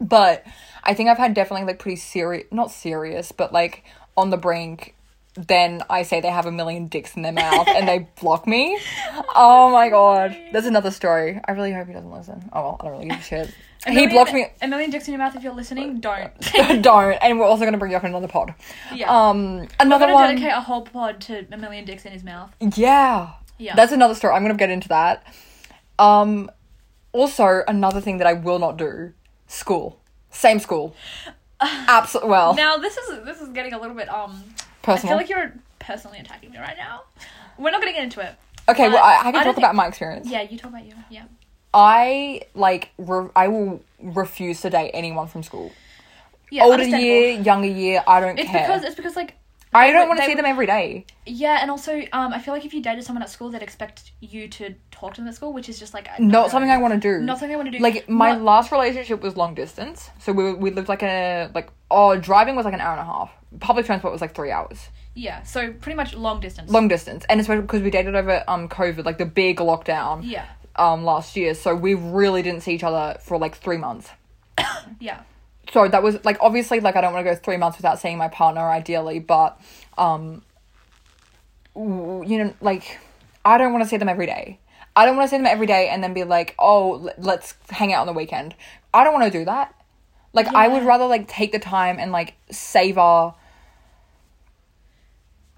Speaker 2: but I think I've had definitely like pretty serious, not serious, but like on the brink. Then I say they have a million dicks in their mouth and they block me. Oh my god, that's another story. I really hope he doesn't listen. Oh well, I don't really give a shit.
Speaker 3: A
Speaker 2: he
Speaker 3: million-
Speaker 2: blocked me.
Speaker 3: A million dicks in your mouth. If you're listening, don't.
Speaker 2: don't. And we're also gonna bring you up in another pod.
Speaker 3: Yeah.
Speaker 2: Um,
Speaker 3: I'm
Speaker 2: another
Speaker 3: gonna
Speaker 2: one.
Speaker 3: dedicate a whole pod to a million dicks in his mouth.
Speaker 2: Yeah.
Speaker 3: Yeah.
Speaker 2: That's another story. I'm gonna get into that. Um also another thing that I will not do, school. Same school. Absolutely well,
Speaker 3: Now this is this is getting a little bit um. I
Speaker 2: personal.
Speaker 3: feel like you're personally attacking me right now. We're not gonna get into it.
Speaker 2: okay, well I, I can
Speaker 3: I don't
Speaker 2: talk
Speaker 3: think-
Speaker 2: about my experience.
Speaker 3: Yeah, you talk about you. Yeah.
Speaker 2: I like re- I will refuse to date anyone from school.
Speaker 3: Yeah.
Speaker 2: Older
Speaker 3: understandable.
Speaker 2: year, younger year, I don't
Speaker 3: It's
Speaker 2: care.
Speaker 3: because it's because like
Speaker 2: I
Speaker 3: They
Speaker 2: don't
Speaker 3: would-
Speaker 2: want to
Speaker 3: they
Speaker 2: see
Speaker 3: would-
Speaker 2: them every day.
Speaker 3: Yeah, and also, um, I feel like if you dated someone at school, they'd expect you to talk to them at school, which is just like I-
Speaker 2: Not something I want to do.
Speaker 3: Not something I want to do.
Speaker 2: Like my
Speaker 3: Not-
Speaker 2: last relationship was long distance, so we we lived like a like oh driving was like an hour and a half. Public transport was like three hours.
Speaker 3: yeah. So pretty much long distance.
Speaker 2: Long distance, and especially because we dated over um COVID, like the big lockdown.
Speaker 3: Yeah,
Speaker 2: Um, last year, so we really didn't see each other for like three months.
Speaker 3: yeah,
Speaker 2: so that was like obviously like I don't want to go three months without seeing my partner ideally, but um, w- you know, like I don't want to see them every day. I don't want to see them every day and then be like, oh, l- let's hang out on the weekend. I don't want to do that. Like I would
Speaker 3: Yeah.
Speaker 2: rather like take the time and like savor.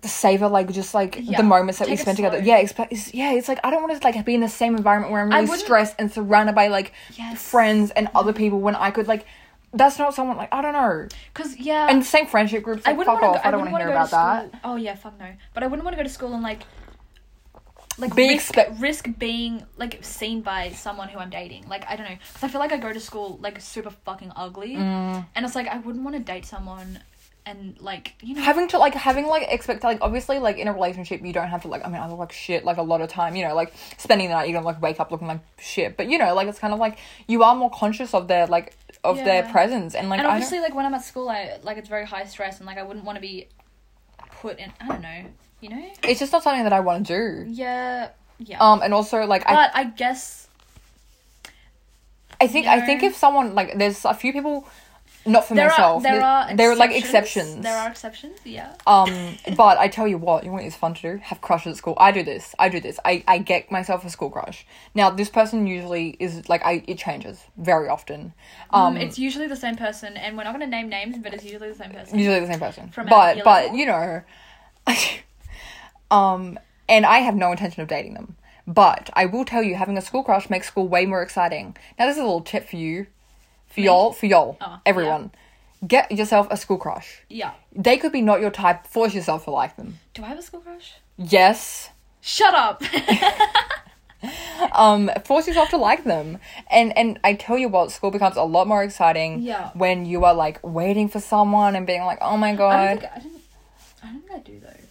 Speaker 2: Savor like just like
Speaker 3: Yeah.
Speaker 2: the moments that we
Speaker 3: Take it
Speaker 2: spend together.
Speaker 3: slow.
Speaker 2: Yeah, exp- it's, yeah. It's like I don't want to like be in the same environment where I'm
Speaker 3: I
Speaker 2: really
Speaker 3: wouldn't-
Speaker 2: stressed and surrounded by like
Speaker 3: Yes.
Speaker 2: friends and other people when I could like that's not someone like I don't know.
Speaker 3: because yeah.
Speaker 2: And same friendship groups like, fuck
Speaker 3: wanna
Speaker 2: off. I, don't want to
Speaker 3: wouldn't
Speaker 2: hear
Speaker 3: wanna
Speaker 2: about
Speaker 3: go
Speaker 2: that.
Speaker 3: to school- Oh yeah, fuck no. But I wouldn't want to go to school and like, like
Speaker 2: Being
Speaker 3: risk
Speaker 2: expe-
Speaker 3: risk being like seen by someone who I'm dating. Like I don't know, because I feel like I go to school like super fucking ugly,
Speaker 2: Mm.
Speaker 3: and it's like I wouldn't want to date someone and like you know.
Speaker 2: Having to like having like expect like obviously like in a relationship you don't have to like I mean I look like shit like a lot of time you know like spending the night you don't like wake up looking like shit but you know like it's kind of like you are more conscious of their like of their
Speaker 3: Yeah.
Speaker 2: presence and like
Speaker 3: and
Speaker 2: I don't,
Speaker 3: obviously, like when I'm at school, I like it's very high stress, and like I wouldn't want to be put in. I don't know, you know.
Speaker 2: it's just not something that I want to do.
Speaker 3: Yeah, yeah.
Speaker 2: Um and also like I
Speaker 3: but I guess
Speaker 2: I think I
Speaker 3: No.
Speaker 2: think if someone like there's a few people not for
Speaker 3: there
Speaker 2: myself
Speaker 3: are there are
Speaker 2: there are like exceptions
Speaker 3: exceptions. There are exceptions. Yeah.
Speaker 2: Um, but I tell you what, you want it's fun to do? Have crushes at school. I do this. I do this. I, I get myself a school crush. Now this person usually is like I it changes very often. Um,
Speaker 3: Um, it's usually the same person, and we're not gonna name names, but it's usually the same person.
Speaker 2: usually the same person.
Speaker 3: From
Speaker 2: but
Speaker 3: our
Speaker 2: but
Speaker 3: E-level.
Speaker 2: you know, um, and I have no intention of dating them. But I will tell you, having a school crush makes school way more exciting. Now this is a little tip for you, for y'all, for y'all,
Speaker 3: Oh, yeah.
Speaker 2: everyone. Get yourself a school crush.
Speaker 3: Yeah.
Speaker 2: They could be not your type. Force yourself to like them.
Speaker 3: Do I have a school crush?
Speaker 2: Yes.
Speaker 3: Shut up.
Speaker 2: um force yourself to like them and and i tell you what school becomes a lot more exciting
Speaker 3: Yeah.
Speaker 2: when you are like waiting for someone and being like oh my
Speaker 3: I don't
Speaker 2: god
Speaker 3: think I, didn't, I don't think I do though.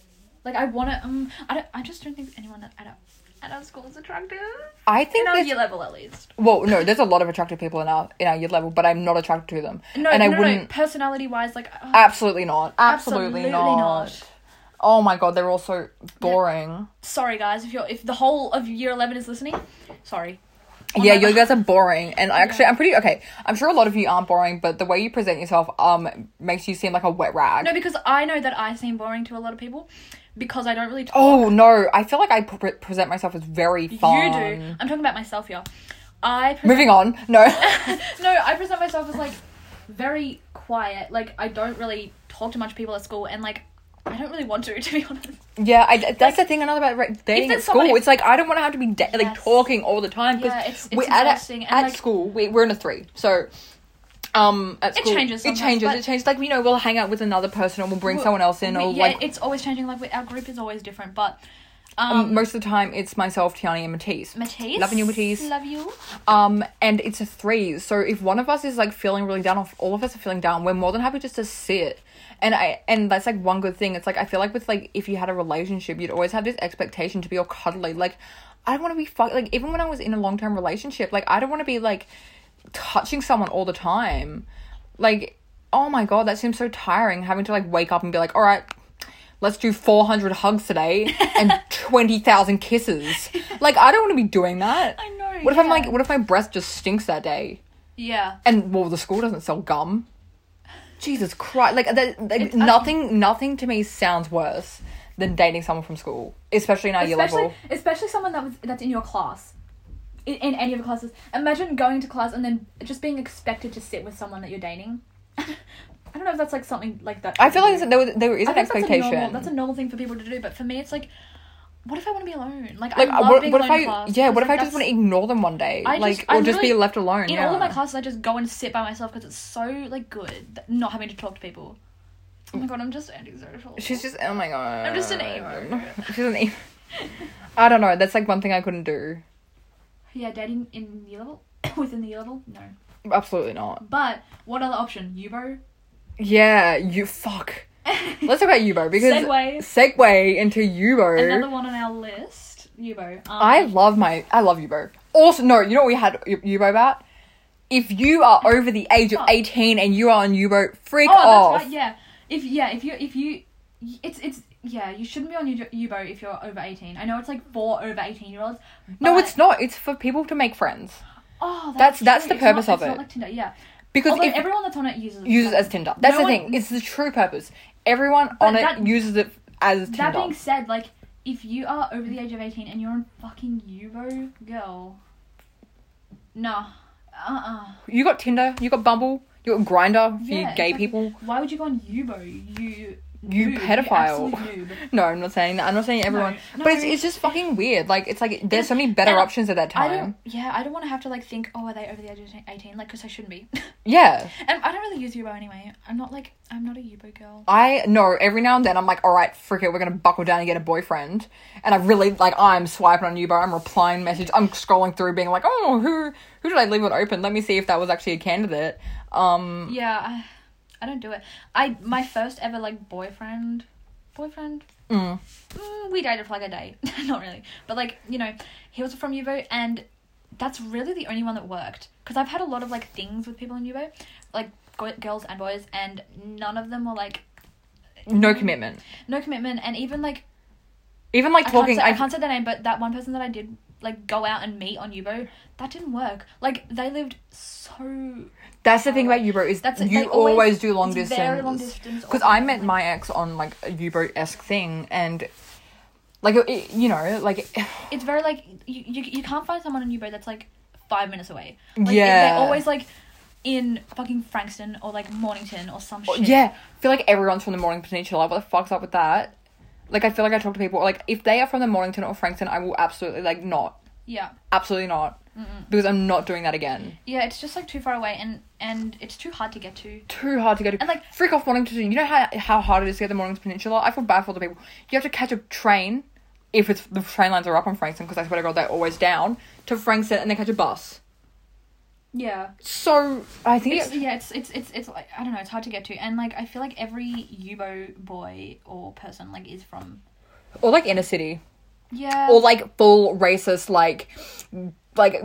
Speaker 3: Like I wanna. Um. I don't. I just don't think anyone at at our, at our school is attractive.
Speaker 2: i
Speaker 3: In
Speaker 2: think
Speaker 3: our
Speaker 2: there's,
Speaker 3: year level, at least.
Speaker 2: well no there's a lot of attractive people in our in our year level but i'm not attracted to them
Speaker 3: No,
Speaker 2: and
Speaker 3: no,
Speaker 2: i
Speaker 3: no,
Speaker 2: wouldn't
Speaker 3: no. Personality wise, like. oh,
Speaker 2: absolutely not absolutely, not. oh my god they're all so boring
Speaker 3: Sorry, guys. If you're if the whole of year eleven is listening, sorry. Oh
Speaker 2: yeah
Speaker 3: my
Speaker 2: you
Speaker 3: God.
Speaker 2: guys are boring and actually i'm pretty okay i'm sure a lot of you aren't boring but the way you present yourself um makes you seem like a wet rag
Speaker 3: No, because I know that I seem boring to a lot of people, because I don't really talk.
Speaker 2: Oh no! I feel like I pre- present myself as very fun.
Speaker 3: You do. I'm talking about myself here. I present,
Speaker 2: Moving on. No.
Speaker 3: no, I present myself as like very quiet. Like I don't really talk to much people at school, and like I don't really want to, to be honest.
Speaker 2: yeah, I, that's the thing. Another about re- dating
Speaker 3: there's
Speaker 2: at school.
Speaker 3: someone-
Speaker 2: it's like I don't want to have to be da- like
Speaker 3: Yes.
Speaker 2: talking all the time because
Speaker 3: Yeah, it's-
Speaker 2: we
Speaker 3: it's
Speaker 2: at
Speaker 3: exhausting
Speaker 2: at
Speaker 3: and, like-
Speaker 2: school we we're in a three so. Um, at
Speaker 3: It
Speaker 2: school,
Speaker 3: changes
Speaker 2: It
Speaker 3: sometimes,
Speaker 2: changes.
Speaker 3: but-
Speaker 2: It changes. Like you know, we'll hang out with another person, or we'll bring
Speaker 3: Well,
Speaker 2: someone else in,
Speaker 3: we-
Speaker 2: or
Speaker 3: yeah,
Speaker 2: like
Speaker 3: it's always changing. Like we, our group is always different, but
Speaker 2: um,
Speaker 3: um,
Speaker 2: most of the time it's myself, Tiani, and Matisse.
Speaker 3: Matisse,
Speaker 2: loving you, Matisse.
Speaker 3: love you.
Speaker 2: Um, and it's a three. So if one of us is like feeling really down, or if all of us are feeling down, we're more than happy just to sit. And I and that's like one good thing. It's like I feel like with like if you had a relationship, you'd always have this expectation to be all cuddly. Like I don't want to be fuck. Like even when I was in a long term relationship, like I don't want to be like touching someone all the time. Like oh my god, that seems so tiring. Having to like wake up and be like, all right. Let's do 400 hugs today and 20,000 kisses. Like, I don't want to be doing that.
Speaker 3: I know,
Speaker 2: What if I'm
Speaker 3: yeah.
Speaker 2: like, what if my breath just stinks that day?
Speaker 3: Yeah,
Speaker 2: And well, the school doesn't sell gum. Jesus Christ! Like that, like,
Speaker 3: It's- I-
Speaker 2: nothing, nothing to me sounds worse than dating someone from school, especially in our year
Speaker 3: especially
Speaker 2: level.
Speaker 3: especially someone that was that's in your class. In, in any of your classes, imagine going to class and then just being expected to sit with someone that you're dating. I don't know if that's like something like that.
Speaker 2: I feel like there, was- there is
Speaker 3: I
Speaker 2: an
Speaker 3: think
Speaker 2: expectation.
Speaker 3: That's a, normal, that's a normal thing for people to do, but for me, it's like, what if I want to be alone? Like,
Speaker 2: like
Speaker 3: I love
Speaker 2: what,
Speaker 3: being
Speaker 2: what if
Speaker 3: alone
Speaker 2: I
Speaker 3: in class.
Speaker 2: yeah
Speaker 3: because,
Speaker 2: what if
Speaker 3: like,
Speaker 2: I just want
Speaker 3: that's-
Speaker 2: to ignore them one day
Speaker 3: I
Speaker 2: like
Speaker 3: just-
Speaker 2: or
Speaker 3: I
Speaker 2: just be
Speaker 3: really-
Speaker 2: left alone
Speaker 3: In
Speaker 2: yeah.
Speaker 3: all of my classes, I just go and sit by myself because it's so like good, th- not having to talk to people. Oh my god, I'm just antisocial.
Speaker 2: she's just oh my god
Speaker 3: I'm just an emo.
Speaker 2: she's an emo I don't know that's like one thing I couldn't do
Speaker 3: Yeah, dating in the level within the level, no.
Speaker 2: absolutely not
Speaker 3: But what other option? Yubo.
Speaker 2: yeah you fuck Let's talk about Yubo because
Speaker 3: Segway.
Speaker 2: segue into Yubo.
Speaker 3: Another one on our list, Yubo. Um,
Speaker 2: I love my I love Yubo. Also, no, you know what we had Y- Yubo about? If you are over the age of
Speaker 3: Oh.
Speaker 2: eighteen and you are on Yubo, freak
Speaker 3: oh,
Speaker 2: off.
Speaker 3: that's right. Yeah, if yeah, if you if you, it's it's yeah, you shouldn't be on Yubo- Yubo if you're over eighteen. I know it's like for over eighteen year olds.
Speaker 2: No,
Speaker 3: but-
Speaker 2: it's not. It's for people to make friends
Speaker 3: Oh,
Speaker 2: that's- that's
Speaker 3: that's true.
Speaker 2: the
Speaker 3: It's not-
Speaker 2: purpose of
Speaker 3: It's
Speaker 2: it.
Speaker 3: not like Tinder. Yeah,
Speaker 2: because
Speaker 3: although
Speaker 2: if
Speaker 3: everyone that's on it uses it
Speaker 2: uses it as Tinder. That's
Speaker 3: No
Speaker 2: the
Speaker 3: one-
Speaker 2: thing. It's the true purpose. Everyone
Speaker 3: But
Speaker 2: on
Speaker 3: that-
Speaker 2: it uses it as Tinder.
Speaker 3: That being said, like if you are over the age of eighteen and you're on fucking Yubo, girl, no, uh uh
Speaker 2: you got Tinder. You got Bumble. You got Grinder for
Speaker 3: Yeah,
Speaker 2: you gay
Speaker 3: exactly.
Speaker 2: people.
Speaker 3: Why would you go on Yubo? You
Speaker 2: You
Speaker 3: noob,
Speaker 2: pedophile.
Speaker 3: absolute noob.
Speaker 2: No, I'm not saying that. I'm not saying everyone.
Speaker 3: no,
Speaker 2: but it's,
Speaker 3: no.
Speaker 2: it's just fucking weird. Like it's like there's so many
Speaker 3: And
Speaker 2: better
Speaker 3: I-
Speaker 2: options at that
Speaker 3: I
Speaker 2: time.
Speaker 3: don't. Yeah, I don't want to have to like think. Oh, are they over the age of eighteen? Like, cause I shouldn't be.
Speaker 2: yeah.
Speaker 3: and Um, I don't really use Yubo anyway. I'm not like I'm not a Yubo girl.
Speaker 2: I know every now and then I'm like, all right, frick it, we're gonna buckle down and get a boyfriend. And I really like I'm swiping on Uber, I'm replying message, I'm scrolling through, being like, oh, who who did I leave it open? Let me see if that was actually a candidate. Um,
Speaker 3: Yeah, I, I don't do it. I my first ever like boyfriend, boyfriend.
Speaker 2: mm.
Speaker 3: Mm, we dated for like a day, not really, but like you know, he was from Yubo, and that's really the only one that worked. Cause I've had a lot of like things with people in Yubo, like go- girls and boys, and none of them were like
Speaker 2: no commitment.
Speaker 3: no commitment, and even like
Speaker 2: Even like
Speaker 3: I
Speaker 2: talking,
Speaker 3: Can't say, I,
Speaker 2: I,
Speaker 3: can't say their name, but that one person that I did like go out and meet on Yubo, that didn't work. Like they lived so.
Speaker 2: that's the thing about Uber is
Speaker 3: That's it,
Speaker 2: you
Speaker 3: they
Speaker 2: always,
Speaker 3: always-
Speaker 2: do long
Speaker 3: it's
Speaker 2: distance.
Speaker 3: very long distance
Speaker 2: Because
Speaker 3: all the
Speaker 2: I
Speaker 3: time,
Speaker 2: met
Speaker 3: like-
Speaker 2: my ex on like a Uber esque thing, and like it- it, you know, like
Speaker 3: It's very like you you, you can't find someone on Yubo that's like five minutes away. Like, they-
Speaker 2: Yeah.
Speaker 3: They're always like in fucking Frankston or like Mornington or some shit.
Speaker 2: Oh, Yeah, I feel like everyone's from the Morning Peninsula. What the fuck's up with that? Like, I feel like I talk to people like if they are from the Mornington or Frankton, I will absolutely like not,
Speaker 3: Yeah.
Speaker 2: absolutely not, because I'm not doing that again.
Speaker 3: Yeah. It's just like too far away, and and it's too hard to get to.
Speaker 2: Too hard to go to.
Speaker 3: And, like-
Speaker 2: freak off Mornington. You know how how hard it is to get the Mornington Peninsula. I feel bad for the people. You have to catch a train if it's the train lines are up on Frankston because I swear to God they're always down to Frankston and then catch a bus.
Speaker 3: Yeah.
Speaker 2: So I think
Speaker 3: It's,
Speaker 2: it's,
Speaker 3: yeah, it's it's it's it's like I don't know, it's hard to get to, and like I feel like every Yubo boy or person like is from
Speaker 2: or like inner city.
Speaker 3: yeah
Speaker 2: or like full racist like like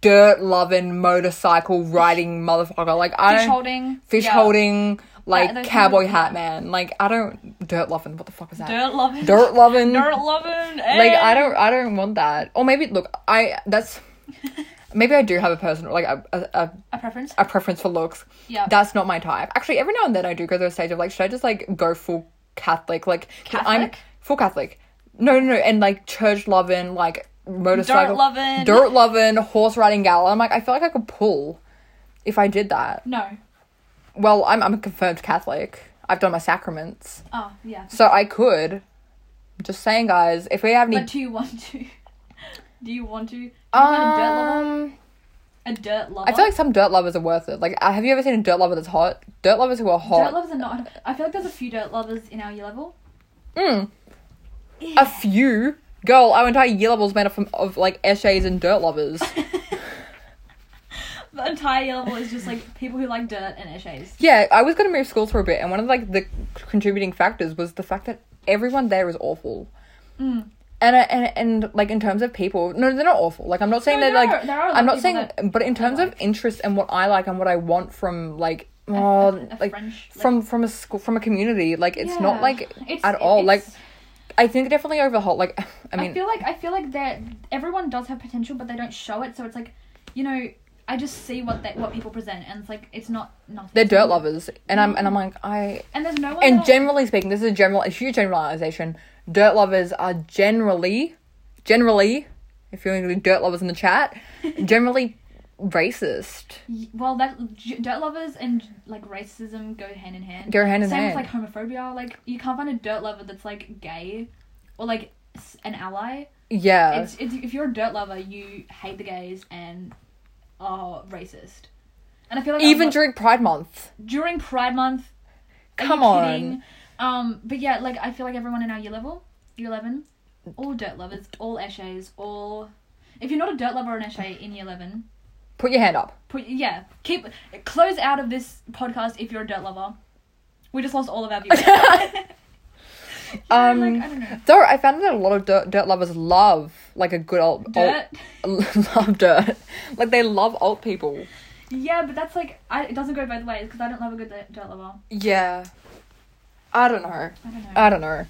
Speaker 2: dirt loving motorcycle riding motherfucker like i
Speaker 3: fish
Speaker 2: don't
Speaker 3: holding
Speaker 2: fish
Speaker 3: yeah.
Speaker 2: holding like
Speaker 3: those
Speaker 2: cowboy
Speaker 3: people-
Speaker 2: hat man like i don't dirt loving what the fuck is that
Speaker 3: dirt loving
Speaker 2: dirt loving
Speaker 3: Dirt loving.
Speaker 2: like
Speaker 3: eh?
Speaker 2: i don't i don't want that or maybe look i that's maybe i do have a person like a, a, a,
Speaker 3: a preference.
Speaker 2: a preference for looks
Speaker 3: Yeah.
Speaker 2: that's not my type actually every now and then i do go to a stage of like should i just like go full catholic like 'cause i'm
Speaker 3: Catholic?
Speaker 2: full catholic no no no and like church loving like motorcycle
Speaker 3: loving.
Speaker 2: dirt loving horse riding gal i'm like i feel like i could pull if i did that
Speaker 3: no.
Speaker 2: well i'm, I'm a confirmed catholic i've done my sacraments
Speaker 3: Oh yeah.
Speaker 2: so i could just saying guys if we have any
Speaker 3: But do you want to? Do you want to? do you want a dirt lover?
Speaker 2: um
Speaker 3: A dirt lover.
Speaker 2: i feel like some dirt lovers are worth it like uh, have you ever seen a dirt lover that's hot dirt lovers who are hot
Speaker 3: dirt lovers are not. I feel like there's a few dirt lovers in our year level.
Speaker 2: Mm. A few. Girl, our entire year level is made up of, of like essays and dirt lovers.
Speaker 3: The entire year level is just like people who like dirt and eshays.
Speaker 2: yeah, I was gonna move schools for a bit, and one of like the contributing factors was the fact that everyone there is awful.
Speaker 3: Mm.
Speaker 2: And I- and and like in terms of people, no, they're not awful. Like I'm not saying
Speaker 3: No,
Speaker 2: they're
Speaker 3: there
Speaker 2: like
Speaker 3: are- there are a lot
Speaker 2: I'm
Speaker 3: of
Speaker 2: not
Speaker 3: people
Speaker 2: saying,
Speaker 3: that
Speaker 2: but in terms of interest and what I like and what I want from like oh
Speaker 3: a
Speaker 2: like
Speaker 3: French, like-
Speaker 2: from from a school from a community, like it's
Speaker 3: Yeah.
Speaker 2: not like
Speaker 3: It's-
Speaker 2: at all. Like
Speaker 3: it's-
Speaker 2: I think definitely over the whole like I
Speaker 3: I,
Speaker 2: mean
Speaker 3: feel like I feel like that everyone does have potential, but they don't show it. So it's like, you know, I just see what they what people present, and it's like it's Oh, not nothing.
Speaker 2: they're dirt lovers, and I'm and I'm like I
Speaker 3: And there's no one.
Speaker 2: And
Speaker 3: that I-
Speaker 2: generally speaking, this is a general, a huge generalization. Dirt lovers are generally, generally, if you're including dirt lovers in the chat, generally racist.
Speaker 3: Y- Well, that j- dirt lovers and like racism go hand in hand.
Speaker 2: Go hand in
Speaker 3: Same
Speaker 2: hand.
Speaker 3: with like homophobia. Like you can't find a dirt lover that's like gay, or like s- an ally.
Speaker 2: Yeah,
Speaker 3: It's, it's if you're a dirt lover, you hate the gays and are racist. And I feel like a
Speaker 2: even
Speaker 3: lot-
Speaker 2: during Pride Month.
Speaker 3: during Pride Month. are you
Speaker 2: Come on.
Speaker 3: kidding? Um, but yeah, like I feel like everyone in our year level, year eleven, all dirt lovers, all eshays, all. If you're not a dirt lover or an eshay in year eleven,
Speaker 2: Put your hand up.
Speaker 3: Put yeah. Keep close out of this podcast if you're a dirt lover,
Speaker 4: We just lost all of our viewers. You know,
Speaker 2: Um,
Speaker 4: like, I don't know.
Speaker 2: Though I found that a lot of dirt, dirt lovers love like a good old,
Speaker 4: Dirt.
Speaker 2: old love dirt. Like they love old people.
Speaker 4: Yeah, but that's like I, it doesn't go both ways because I don't love a good dirt dirt lover.
Speaker 2: Yeah. I don't know.
Speaker 4: I don't know.
Speaker 2: I don't know.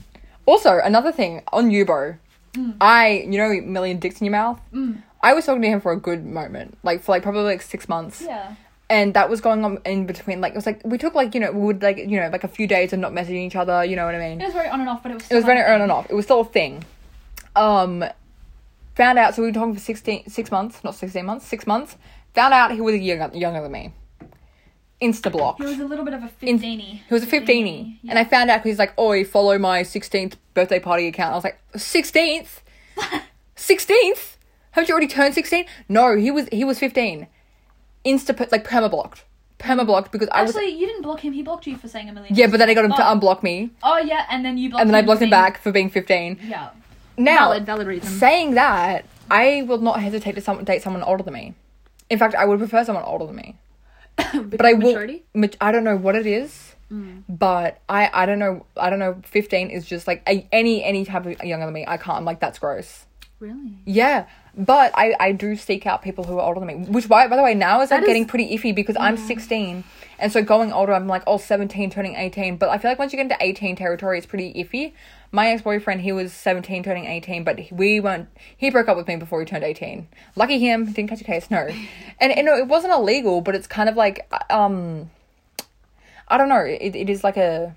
Speaker 2: Also, another thing on Yubo,
Speaker 4: Mm.
Speaker 2: I you know million dicks in your mouth.
Speaker 4: Mm.
Speaker 2: I was talking to him for a good moment, like for like probably like six months,
Speaker 4: Yeah.
Speaker 2: and that was going on in between. Like it was like we took like you know we would like you know like a few days of not messaging each other. You know what I mean?
Speaker 4: It was very on and off, but it was.
Speaker 2: it was
Speaker 4: still
Speaker 2: very
Speaker 4: on.
Speaker 2: on and off. It was still a thing. Um, found out. So we were talking for 16, six months, not sixteen months, six months. Found out he was younger younger than me. Insta blocked.
Speaker 4: He was a little bit of a
Speaker 2: In-
Speaker 4: fifteeny.
Speaker 2: He was a 15
Speaker 3: Mm-hmm.
Speaker 2: and I found out because he's like, "Oh, you follow my 16th birthday party account." I was like, "16th? 16th? Haven't you already turned 16?" No, he was he was 15. Insta per- like perma blocked, perma blocked because I was
Speaker 4: Actually, you didn't block him. He blocked you for saying a million.
Speaker 2: yeah, but then I got him to
Speaker 4: Oh.
Speaker 2: unblock me,
Speaker 4: Oh yeah, and then you blocked.
Speaker 2: and then I
Speaker 4: for
Speaker 2: blocked him
Speaker 4: saying-
Speaker 2: back for being 15.
Speaker 4: Yeah.
Speaker 2: Now,
Speaker 3: valid, valid reason.
Speaker 2: saying that, I will not hesitate to some- date someone older than me. In fact, I would prefer someone older than me. But I will.
Speaker 3: Maturity?
Speaker 2: mat- I don't know what it is, but I I don't know I don't know. Fifteen is just like a, any any type of younger than me. I can't. I'm like that's gross.
Speaker 3: Really?
Speaker 2: Yeah, but I I do seek out people who are older than me. Which why by the way now is like
Speaker 3: That is-
Speaker 2: getting pretty iffy because I'm sixteen, and so going older I'm like oh 17 turning eighteen. But I feel like once you get into eighteen territory, it's pretty iffy. My ex boyfriend he was seventeen turning eighteen, but he- we weren't. He broke up with me before he turned eighteen. Lucky him, didn't catch a case. No, and and no, it wasn't illegal, but it's kind of like um. I don't know. It, it is like a.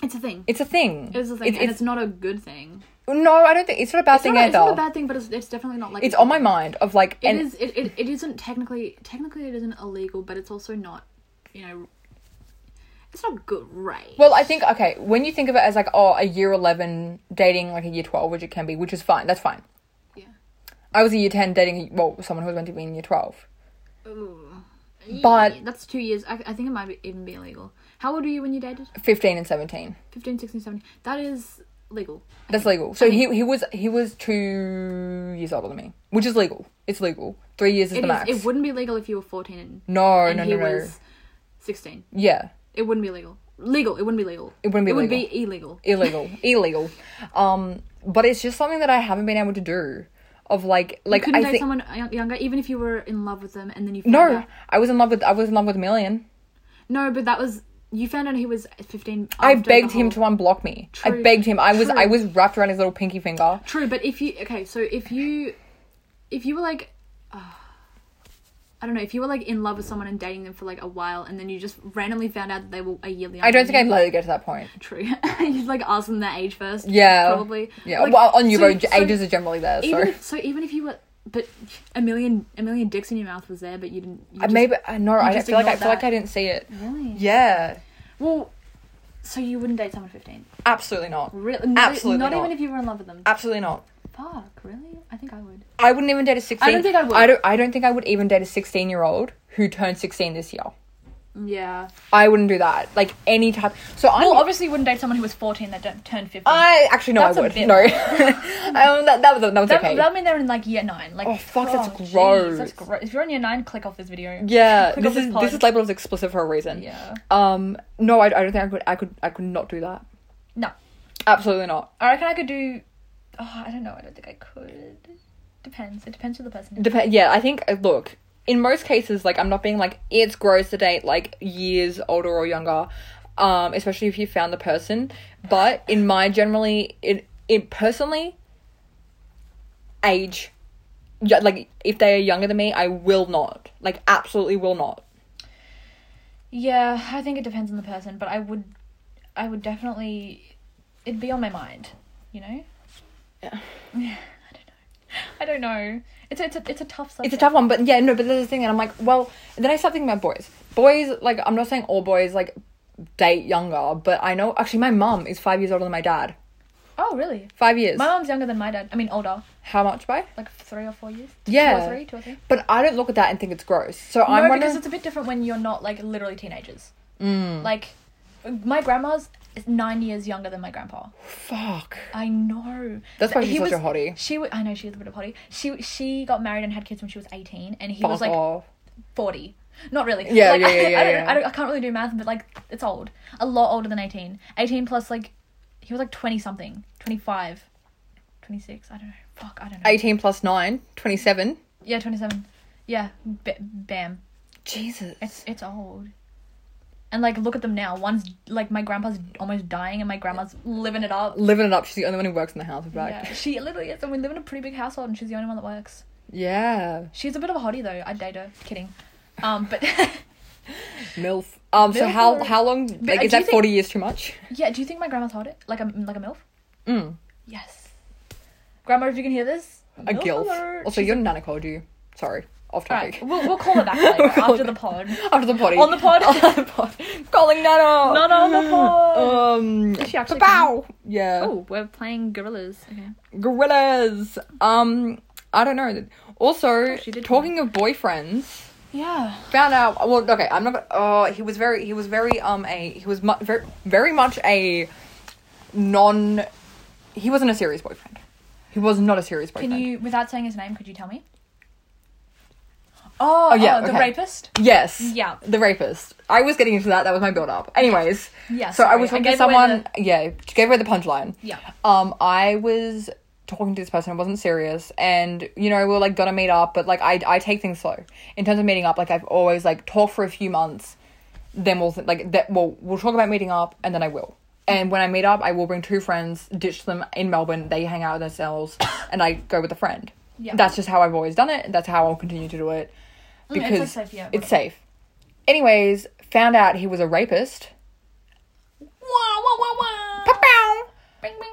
Speaker 3: It's a thing.
Speaker 2: It's a thing.
Speaker 3: It is a thing,
Speaker 2: It's,
Speaker 3: and
Speaker 2: it's,
Speaker 3: it's not a good thing.
Speaker 2: no, I don't think it's not a bad
Speaker 3: It's
Speaker 2: thing
Speaker 3: not, a-
Speaker 2: either.
Speaker 3: it's not a bad thing, but it's, it's definitely not like
Speaker 2: it's on my mind of like
Speaker 3: It
Speaker 2: and
Speaker 3: is. It, it, it isn't technically technically it isn't illegal, but it's also not. You know, it's not good, right?
Speaker 2: Well, I think okay, when you think of it as like oh, a year 11 dating like a year 12, which it can be, which is fine. That's fine.
Speaker 3: yeah.
Speaker 2: I was a year 10 dating well, someone who was meant to be in year 12.
Speaker 3: Ooh.
Speaker 2: But-
Speaker 3: that's two years. I, I think it might be, even be illegal. How old were you when you dated?
Speaker 2: 15 and 17.
Speaker 3: 15, 16, 17. That is legal.
Speaker 2: That's legal. So he he was he was 2 years older than me, which is legal. It's legal. 3 years is
Speaker 3: It
Speaker 2: the
Speaker 3: is.
Speaker 2: max.
Speaker 3: It wouldn't be legal if you were fourteen and,
Speaker 2: no,
Speaker 3: and
Speaker 2: no,
Speaker 3: he
Speaker 2: no, no.
Speaker 3: was sixteen.
Speaker 2: Yeah.
Speaker 3: It wouldn't be legal. Legal. It wouldn't be legal.
Speaker 2: It wouldn't be
Speaker 3: It would
Speaker 2: legal.
Speaker 3: be illegal.
Speaker 2: illegal illegal um but it's just something that i haven't been able to do of like
Speaker 3: Like,
Speaker 2: like
Speaker 3: couldn't
Speaker 2: i
Speaker 3: date
Speaker 2: think
Speaker 3: someone young- younger, even if you were in love with them, and then you found
Speaker 2: no
Speaker 3: out-
Speaker 2: i was in love with i was in love with million
Speaker 3: no, but that was you found out he was fifteen.
Speaker 2: i
Speaker 3: after the
Speaker 2: begged him
Speaker 3: whole-
Speaker 2: to unblock me i
Speaker 3: True.
Speaker 2: begged him i was i
Speaker 3: True.
Speaker 2: was wrapped around his little pinky finger
Speaker 3: True, but if you okay, so if you if you were like ah, I don't know, if you were like in love with someone and dating them for like a while and then you just randomly found out that they were a year younger.
Speaker 2: i don't
Speaker 3: than
Speaker 2: think i'd
Speaker 3: you-
Speaker 2: let it get to that point
Speaker 3: True. You'd like ask them their age first.
Speaker 2: Yeah.
Speaker 3: Probably.
Speaker 2: yeah
Speaker 3: Like,
Speaker 2: well on
Speaker 3: so-
Speaker 2: Euro,
Speaker 3: so
Speaker 2: ages are generally there so
Speaker 3: even if, so even if you were but a million a million dicks in your mouth was there but you didn't you
Speaker 2: I
Speaker 3: just-
Speaker 2: Uh, maybe i no i don't
Speaker 3: just
Speaker 2: feel like i
Speaker 3: ignored
Speaker 2: feel like
Speaker 3: that.
Speaker 2: i didn't see it
Speaker 3: Really?
Speaker 2: yeah
Speaker 3: Well so you wouldn't date someone fifteen.
Speaker 2: absolutely not
Speaker 3: Really
Speaker 2: Absolutely
Speaker 3: not,
Speaker 2: not.
Speaker 3: even if you were in love with them.
Speaker 2: absolutely not
Speaker 3: Fuck, really? I think I would.
Speaker 2: i wouldn't even date a 16
Speaker 3: think I would.
Speaker 2: i don't i don't think i would even date a 16 year old who turned 16 this year
Speaker 3: Yeah.
Speaker 2: I wouldn't do that. Like any type. So I'm.
Speaker 4: Well, obviously, you wouldn't date someone who was fourteen that don't- turned fifteen.
Speaker 2: I actually no, I
Speaker 4: That's a
Speaker 2: would
Speaker 4: bit-
Speaker 2: no. um, that that was that was
Speaker 4: that,
Speaker 2: okay.
Speaker 4: that mean they're in like year nine. Like,
Speaker 2: Oh, fuck, that's
Speaker 4: jeez,
Speaker 2: gross.
Speaker 4: that's gross. If you're in year nine, click off this video.
Speaker 2: yeah,
Speaker 4: Click
Speaker 2: this
Speaker 4: off this
Speaker 2: is
Speaker 4: pod.
Speaker 2: this is labeled as explicit for a reason.
Speaker 4: Yeah.
Speaker 2: Um. No, I, I don't think I could. I could. I could not do that.
Speaker 4: No.
Speaker 2: Absolutely not.
Speaker 4: I reckon I could do. Oh, I don't know. I don't think I could. Depends. It depends who the person. is.
Speaker 2: Dep- yeah, I think. uh, Look, in most cases, like I'm not being like it's gross to date like years older or younger, um, especially if you found the person. But in my generally, it it personally, age, yeah, like if they are younger than me, I will not. Like absolutely will not.
Speaker 4: Yeah, I think it depends on the person, but I would, I would definitely, it'd be on my mind, you know.
Speaker 2: Yeah.
Speaker 4: Yeah. I don't know. I don't know. It's a, it's a it's a tough subject.
Speaker 2: It's a tough one, but yeah, no, but there's a thing, and I'm like, well, then I start thinking about boys. Boys, like, I'm not saying all boys like date younger, but I know actually my mum is five years older than my dad.
Speaker 4: Oh really?
Speaker 2: Five years.
Speaker 4: My mom's younger than my dad. I mean older,
Speaker 2: How much by?
Speaker 4: like three or four years.
Speaker 2: Yeah.
Speaker 4: Two or three. Two or three.
Speaker 2: But I don't look at that and think it's gross. So
Speaker 4: no,
Speaker 2: I'm
Speaker 4: because
Speaker 2: wondering.
Speaker 4: it's a bit different when you're not like literally teenagers. Mm. Like, my grandma's is nine years younger than my grandpa.
Speaker 2: Fuck.
Speaker 4: I know.
Speaker 2: That's why
Speaker 4: Th-
Speaker 2: she's such a hottie.
Speaker 4: She, wa- I know she was a bit of a hottie. She she got married and had kids when she was eighteen, and he
Speaker 2: Fuck
Speaker 4: was like
Speaker 2: off.
Speaker 4: forty.
Speaker 3: Not really.
Speaker 2: Yeah,
Speaker 3: like,
Speaker 2: yeah, yeah,
Speaker 3: I,
Speaker 2: yeah,
Speaker 3: I, don't,
Speaker 2: yeah.
Speaker 3: I, don't, I can't really do math, but like it's old. A lot older than 18. 18 plus like he was like 20 something, 25, 26, I don't know. Fuck, I don't know.
Speaker 2: 18 plus 9, 27.
Speaker 3: Yeah, 27. Yeah, b- bam.
Speaker 2: Jesus.
Speaker 3: It's it's old. And like look at them now. One's like my grandpa's almost dying and my grandma's living it up.
Speaker 2: Living it up. She's the only one who works in the house. With
Speaker 3: Yeah,
Speaker 2: yeah.
Speaker 3: she literally is, and we live in a pretty big household, and she's the only one that works.
Speaker 2: yeah.
Speaker 3: She's a bit of a hottie though. I'd date her. Kidding. Um, but
Speaker 2: MILF. Um, so
Speaker 3: MILF
Speaker 2: how
Speaker 3: or-
Speaker 2: how long? Like,
Speaker 3: uh,
Speaker 2: is
Speaker 3: do you
Speaker 2: that
Speaker 3: think-
Speaker 2: 40 years too much?
Speaker 3: yeah, do you think my grandma's hot? Like a like a milf?
Speaker 2: Mm.
Speaker 3: Yes. Grandma, if you can hear this,
Speaker 2: A
Speaker 3: milf
Speaker 2: guilt.
Speaker 3: alert.
Speaker 2: Also,
Speaker 3: She's
Speaker 2: your
Speaker 3: a-
Speaker 2: nana called you. Sorry. Off topic.
Speaker 3: Alright, we'll we'll call her back later
Speaker 2: We'll call her
Speaker 3: after the pod.
Speaker 2: After the potty.
Speaker 3: On the pod.
Speaker 2: On the pod. Calling Nana.
Speaker 3: Not on the pod.
Speaker 2: Um.
Speaker 3: She actually
Speaker 2: Bow. Yeah.
Speaker 3: Oh, we're playing gorillas. Okay.
Speaker 2: Gorillas. Um. I don't know. Also,
Speaker 3: Oh, she did
Speaker 2: talking of boyfriends,
Speaker 3: Yeah.
Speaker 2: found out. Well, okay. I'm not. gonna- Oh, he was very. He was very. Um. A. He was mu- very. Very much a. Non. He wasn't a serious boyfriend. He was not a serious boyfriend.
Speaker 3: Can you, without saying his name, could you tell me? Oh,
Speaker 2: yeah,
Speaker 3: oh, the
Speaker 2: okay.
Speaker 3: rapist.
Speaker 2: Yes.
Speaker 3: Yeah.
Speaker 2: The rapist. I was getting into that. That was my build up. Anyways.
Speaker 3: Yeah,
Speaker 2: So I
Speaker 3: sorry,
Speaker 2: was
Speaker 3: I
Speaker 2: talking to
Speaker 3: gave away the-
Speaker 2: someone. Yeah. She gave away the punchline.
Speaker 3: Yeah.
Speaker 2: Um, I was talking to this person. It wasn't serious, and you know we were like gonna meet up, but like I I take things slow in terms of meeting up. Like I've always like talked for a few months, then we'll th- like that. Well, we'll talk about meeting up, and then I will. And when I meet up, I will bring two friends, ditch them in Melbourne. They hang out with themselves, and I go with a friend.
Speaker 3: Yeah.
Speaker 2: That's just how I've always done it. and That's how I'll continue to do it
Speaker 3: it's, like,
Speaker 2: because
Speaker 3: safe, yeah,
Speaker 2: it's safe. Anyways, found out he was a rapist.
Speaker 3: Wah, wah, wah, wah.
Speaker 2: Pow!
Speaker 3: Bing, bing.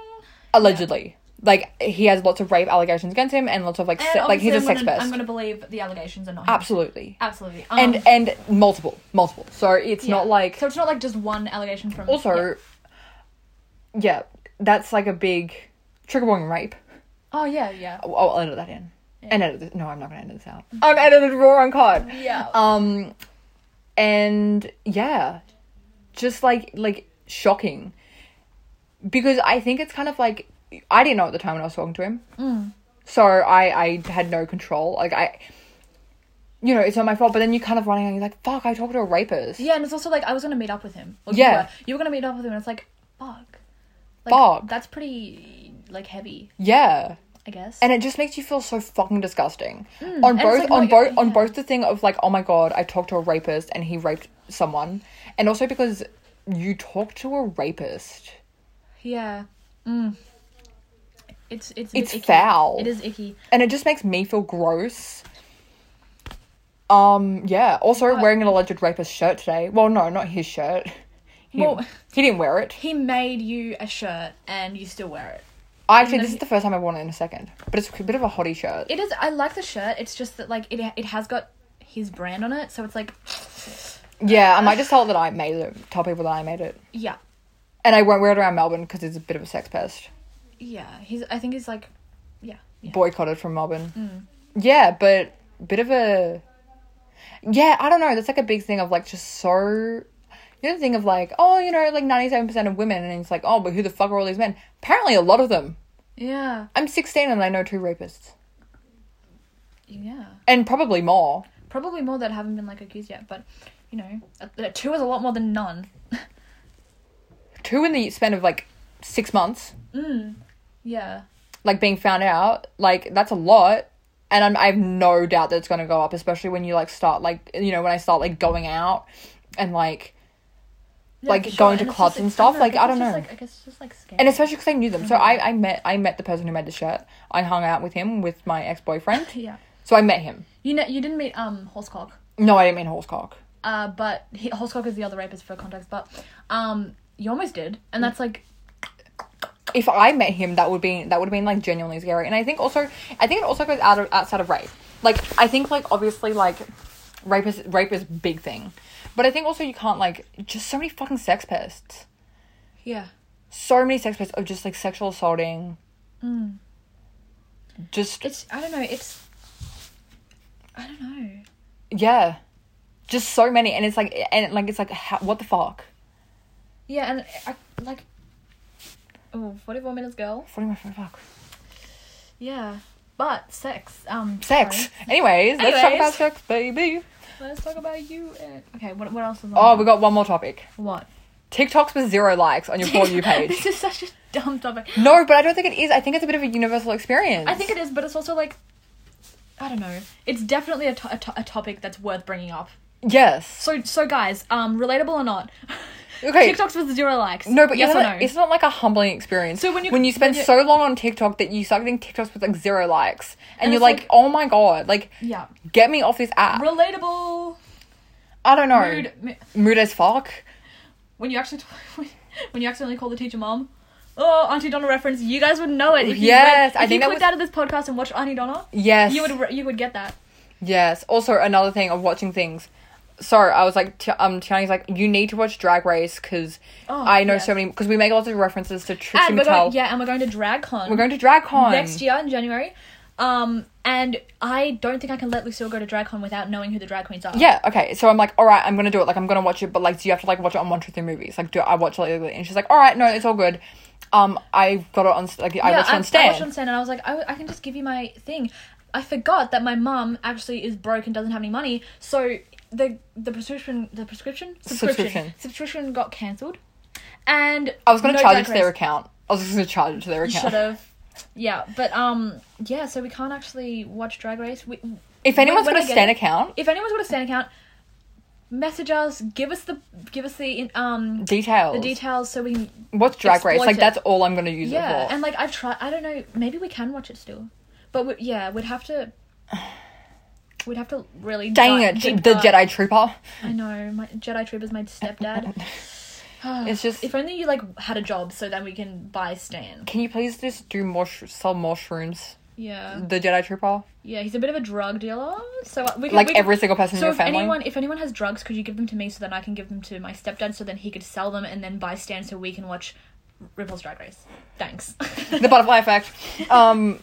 Speaker 2: allegedly. Like he has lots of rape allegations against him and lots of like se-
Speaker 3: And
Speaker 2: like he's a
Speaker 3: obviously
Speaker 2: sex
Speaker 3: I'm gonna,
Speaker 2: pest.
Speaker 3: I'm gonna believe the allegations are not. him.
Speaker 2: Absolutely.
Speaker 3: Absolutely. Um,
Speaker 2: And and multiple, multiple. So it's
Speaker 3: yeah.
Speaker 2: not like
Speaker 3: So it's not like just one allegation from.
Speaker 2: also
Speaker 3: Yeah.
Speaker 2: yeah. that's like a big trigger warning rape.
Speaker 3: Oh yeah, yeah.
Speaker 2: I'll, I'll edit that in. And edit this. No, I'm not going to edit this out. I'm edited raw on card.
Speaker 3: Yeah.
Speaker 2: Um and yeah, just like like shocking. Because I think it's kind of like I didn't know at the time when I was talking to him.
Speaker 3: Mm.
Speaker 2: So I I had no control. Like I you know, it's not my fault, but then you kind of running and you're like, fuck, I talked to a rapist.
Speaker 3: yeah, and it's also like I was gonna meet up with him. Or
Speaker 2: Yeah.
Speaker 3: You were, you were gonna meet up with him, and it's like, fuck. Like,
Speaker 2: Fuck.
Speaker 3: That's pretty like heavy,
Speaker 2: Yeah.
Speaker 3: I guess.
Speaker 2: And it just makes you feel so fucking disgusting. on
Speaker 3: Mm. it's
Speaker 2: both
Speaker 3: like
Speaker 2: on
Speaker 3: not your-
Speaker 2: both on
Speaker 3: yeah.
Speaker 2: both the thing of like, oh my god, I talked to a rapist and he raped someone. And also because you talk to a rapist.
Speaker 3: yeah. Mm. It's it's a bit
Speaker 2: It's
Speaker 3: icky.
Speaker 2: foul.
Speaker 3: It is icky.
Speaker 2: and it just makes me feel gross. Um, yeah. Also, wearing an alleged rapist shirt today. Well, no, not his shirt. He,
Speaker 3: Well-
Speaker 2: he didn't wear it.
Speaker 3: He made you a shirt, and you still wear it.
Speaker 2: I actually, this is the first time I've worn it in a second. But it's a bit of a hottie shirt.
Speaker 3: It is. I like the shirt. It's just that like it it has got his brand on it, so it's like
Speaker 2: Yeah, I might just tell that I made it. Tell people that I made it.
Speaker 3: yeah,
Speaker 2: And I won't wear it around Melbourne because it's a bit of a sex pest.
Speaker 3: yeah. He's. I think he's like, yeah, yeah.
Speaker 2: Boycotted from Melbourne. Yeah, but bit of a. Yeah, I don't know. That's like a big thing of like just so. You know, the thing of like, oh, you know, like 97% of women, and it's like, oh, but who the fuck are all these men? Apparently, a lot of them.
Speaker 3: yeah,
Speaker 2: I'm 16 and I know two rapists.
Speaker 3: yeah.
Speaker 2: And probably more.
Speaker 3: Probably more that haven't been like accused yet, but you know, uh, uh, two is a lot more than none.
Speaker 2: Two in the span of like six months,
Speaker 3: Yeah,
Speaker 2: like being found out, like that's a lot. And I'm, I have no doubt that it's going to go up, especially when you like start, like, you know, when I start like going out and like,
Speaker 3: Yeah,
Speaker 2: Like,
Speaker 3: for
Speaker 2: going to
Speaker 3: it's
Speaker 2: clubs
Speaker 3: just
Speaker 2: and stuff,
Speaker 3: expensive.
Speaker 2: like, I don't
Speaker 3: It's just,
Speaker 2: know.
Speaker 3: Like, Mm-hmm. I guess it's just like scary.
Speaker 2: and especially because I knew them. So I, I met, I met the person who made the shirt. I hung out with him with my ex boyfriend.
Speaker 3: yeah,
Speaker 2: So I met him.
Speaker 3: you know, you didn't meet um Horsecock,
Speaker 2: No, I didn't mean horsecock.
Speaker 3: uh, but he, Horsecock is the other rapist for context, but um, you almost did, and that's like
Speaker 2: if I met him, that would be that would have been like genuinely scary. And I think also, I think it also goes out of outside of rape. Like I think like obviously like rape is rape is a big thing, but I think also you can't like just so many fucking sex pests,
Speaker 3: yeah,
Speaker 2: so many sex pests of just like sexual assaulting. Just
Speaker 3: it's I don't know, it's I don't know.
Speaker 2: yeah, just so many, and it's like and like it's like how, what the fuck?
Speaker 3: Yeah, and I, like, oh, 44 minutes, girl.
Speaker 2: What am I fuck?
Speaker 3: Yeah, but um, sex. Um,
Speaker 2: Sex.
Speaker 3: sorry.
Speaker 2: Anyways, let's talk about
Speaker 3: Anyways.
Speaker 2: sex, baby.
Speaker 3: Let's talk about you. And... Okay, what, what else is on?
Speaker 2: Oh, we
Speaker 3: there?
Speaker 2: got one more topic.
Speaker 3: what?
Speaker 2: TikToks with zero likes on your For You page.
Speaker 3: this is such a dumb topic.
Speaker 2: No, but I don't think it is. I think it's a bit of a universal experience.
Speaker 3: I think it is, but it's also like, I don't know. It's definitely a, to- a, to- a topic that's worth bringing up.
Speaker 2: Yes.
Speaker 3: So so guys, um, relatable or not?
Speaker 2: Okay.
Speaker 3: TikToks with zero likes.
Speaker 2: No, but
Speaker 3: yes
Speaker 2: isn't
Speaker 3: or
Speaker 2: it-
Speaker 3: no?
Speaker 2: it's not like a humbling experience.
Speaker 3: So when you-
Speaker 2: when you spend
Speaker 3: when you-
Speaker 2: so long on TikTok that you start getting TikToks with like zero likes, and,
Speaker 3: And
Speaker 2: you're
Speaker 3: it's
Speaker 2: like,
Speaker 3: like-
Speaker 2: oh my god, like
Speaker 3: yeah.
Speaker 2: get me off this app.
Speaker 3: Relatable.
Speaker 2: I don't know.
Speaker 3: Rude. mi-
Speaker 2: Mood as fuck.
Speaker 3: When you actually when you accidentally call the teacher mom. Oh, Auntie Donna reference. You guys would know it. If you
Speaker 2: Yes,
Speaker 3: read,
Speaker 2: I
Speaker 3: if
Speaker 2: think
Speaker 3: you
Speaker 2: that
Speaker 3: clicked
Speaker 2: was-
Speaker 3: out of this podcast and watched Auntie Donna,
Speaker 2: Yes.
Speaker 3: you would re- you would get that.
Speaker 2: Yes. Also, another thing of watching things. So I was like, t- um, Tiani's like, you need to watch Drag Race because
Speaker 3: Oh,
Speaker 2: I know
Speaker 3: yes.
Speaker 2: so many because we make lots of references to Trixie
Speaker 3: And we're
Speaker 2: Mattel.
Speaker 3: going, yeah, and we're going to DragCon.
Speaker 2: We're going to DragCon
Speaker 3: next year in January. Um, and I don't think I can let Lucille go to DragCon without knowing who the drag queens are.
Speaker 2: Yeah, okay. So I'm like, all right, I'm gonna do it. Like, I'm gonna watch it, but like, do you have to like watch it on one, two, three movies? Like, do I watch it illegally? And she's like, all right, no, it's all good. Um, I got it on like I
Speaker 3: Yeah,
Speaker 2: watched it on
Speaker 3: I
Speaker 2: Stan.
Speaker 3: watched on Stan, and I was like, I, I can just give you my thing. I forgot that my mum actually is broke and doesn't have any money, so the the prescription the prescription
Speaker 2: Subscription.
Speaker 3: subscription got cancelled, and
Speaker 2: I was gonna
Speaker 3: no
Speaker 2: charge it
Speaker 3: Drag
Speaker 2: to their
Speaker 3: Race.
Speaker 2: account. I was just gonna charge it to their
Speaker 3: You
Speaker 2: account.
Speaker 3: should have. Yeah, but um, yeah. So we can't actually watch Drag Race. We,
Speaker 2: If
Speaker 3: When-
Speaker 2: anyone's
Speaker 3: when
Speaker 2: got a
Speaker 3: I get
Speaker 2: Stan
Speaker 3: it-
Speaker 2: account,
Speaker 3: if anyone's got a Stan account, message us. Give us the give us the um
Speaker 2: details.
Speaker 3: the details so we can
Speaker 2: What's Drag Race?
Speaker 3: Exploit
Speaker 2: Like,
Speaker 3: it.
Speaker 2: that's all I'm gonna use
Speaker 3: yeah
Speaker 2: it for.
Speaker 3: and like i've tried i don't know maybe we can watch it still but we, yeah we'd have to we'd have to really
Speaker 2: Dang
Speaker 3: di-
Speaker 2: it,
Speaker 3: deep
Speaker 2: the
Speaker 3: dive.
Speaker 2: Jedi Trooper.
Speaker 3: i know my jedi trooper's my stepdad
Speaker 2: It's just.
Speaker 3: if only you like had a job so then we can buy stan
Speaker 2: Can you please just do more sh- sell more shrooms?
Speaker 3: yeah
Speaker 2: The Jedi Trooper,
Speaker 3: yeah he's a bit of a drug dealer so uh, we can,
Speaker 2: like
Speaker 3: we can-
Speaker 2: every single person in
Speaker 3: so
Speaker 2: your
Speaker 3: if
Speaker 2: family.
Speaker 3: anyone if anyone has drugs could you give them to me so then i can give them to my stepdad so then he could sell them and then buy stan so we can watch ripple's drag race thanks
Speaker 2: the butterfly effect. Um,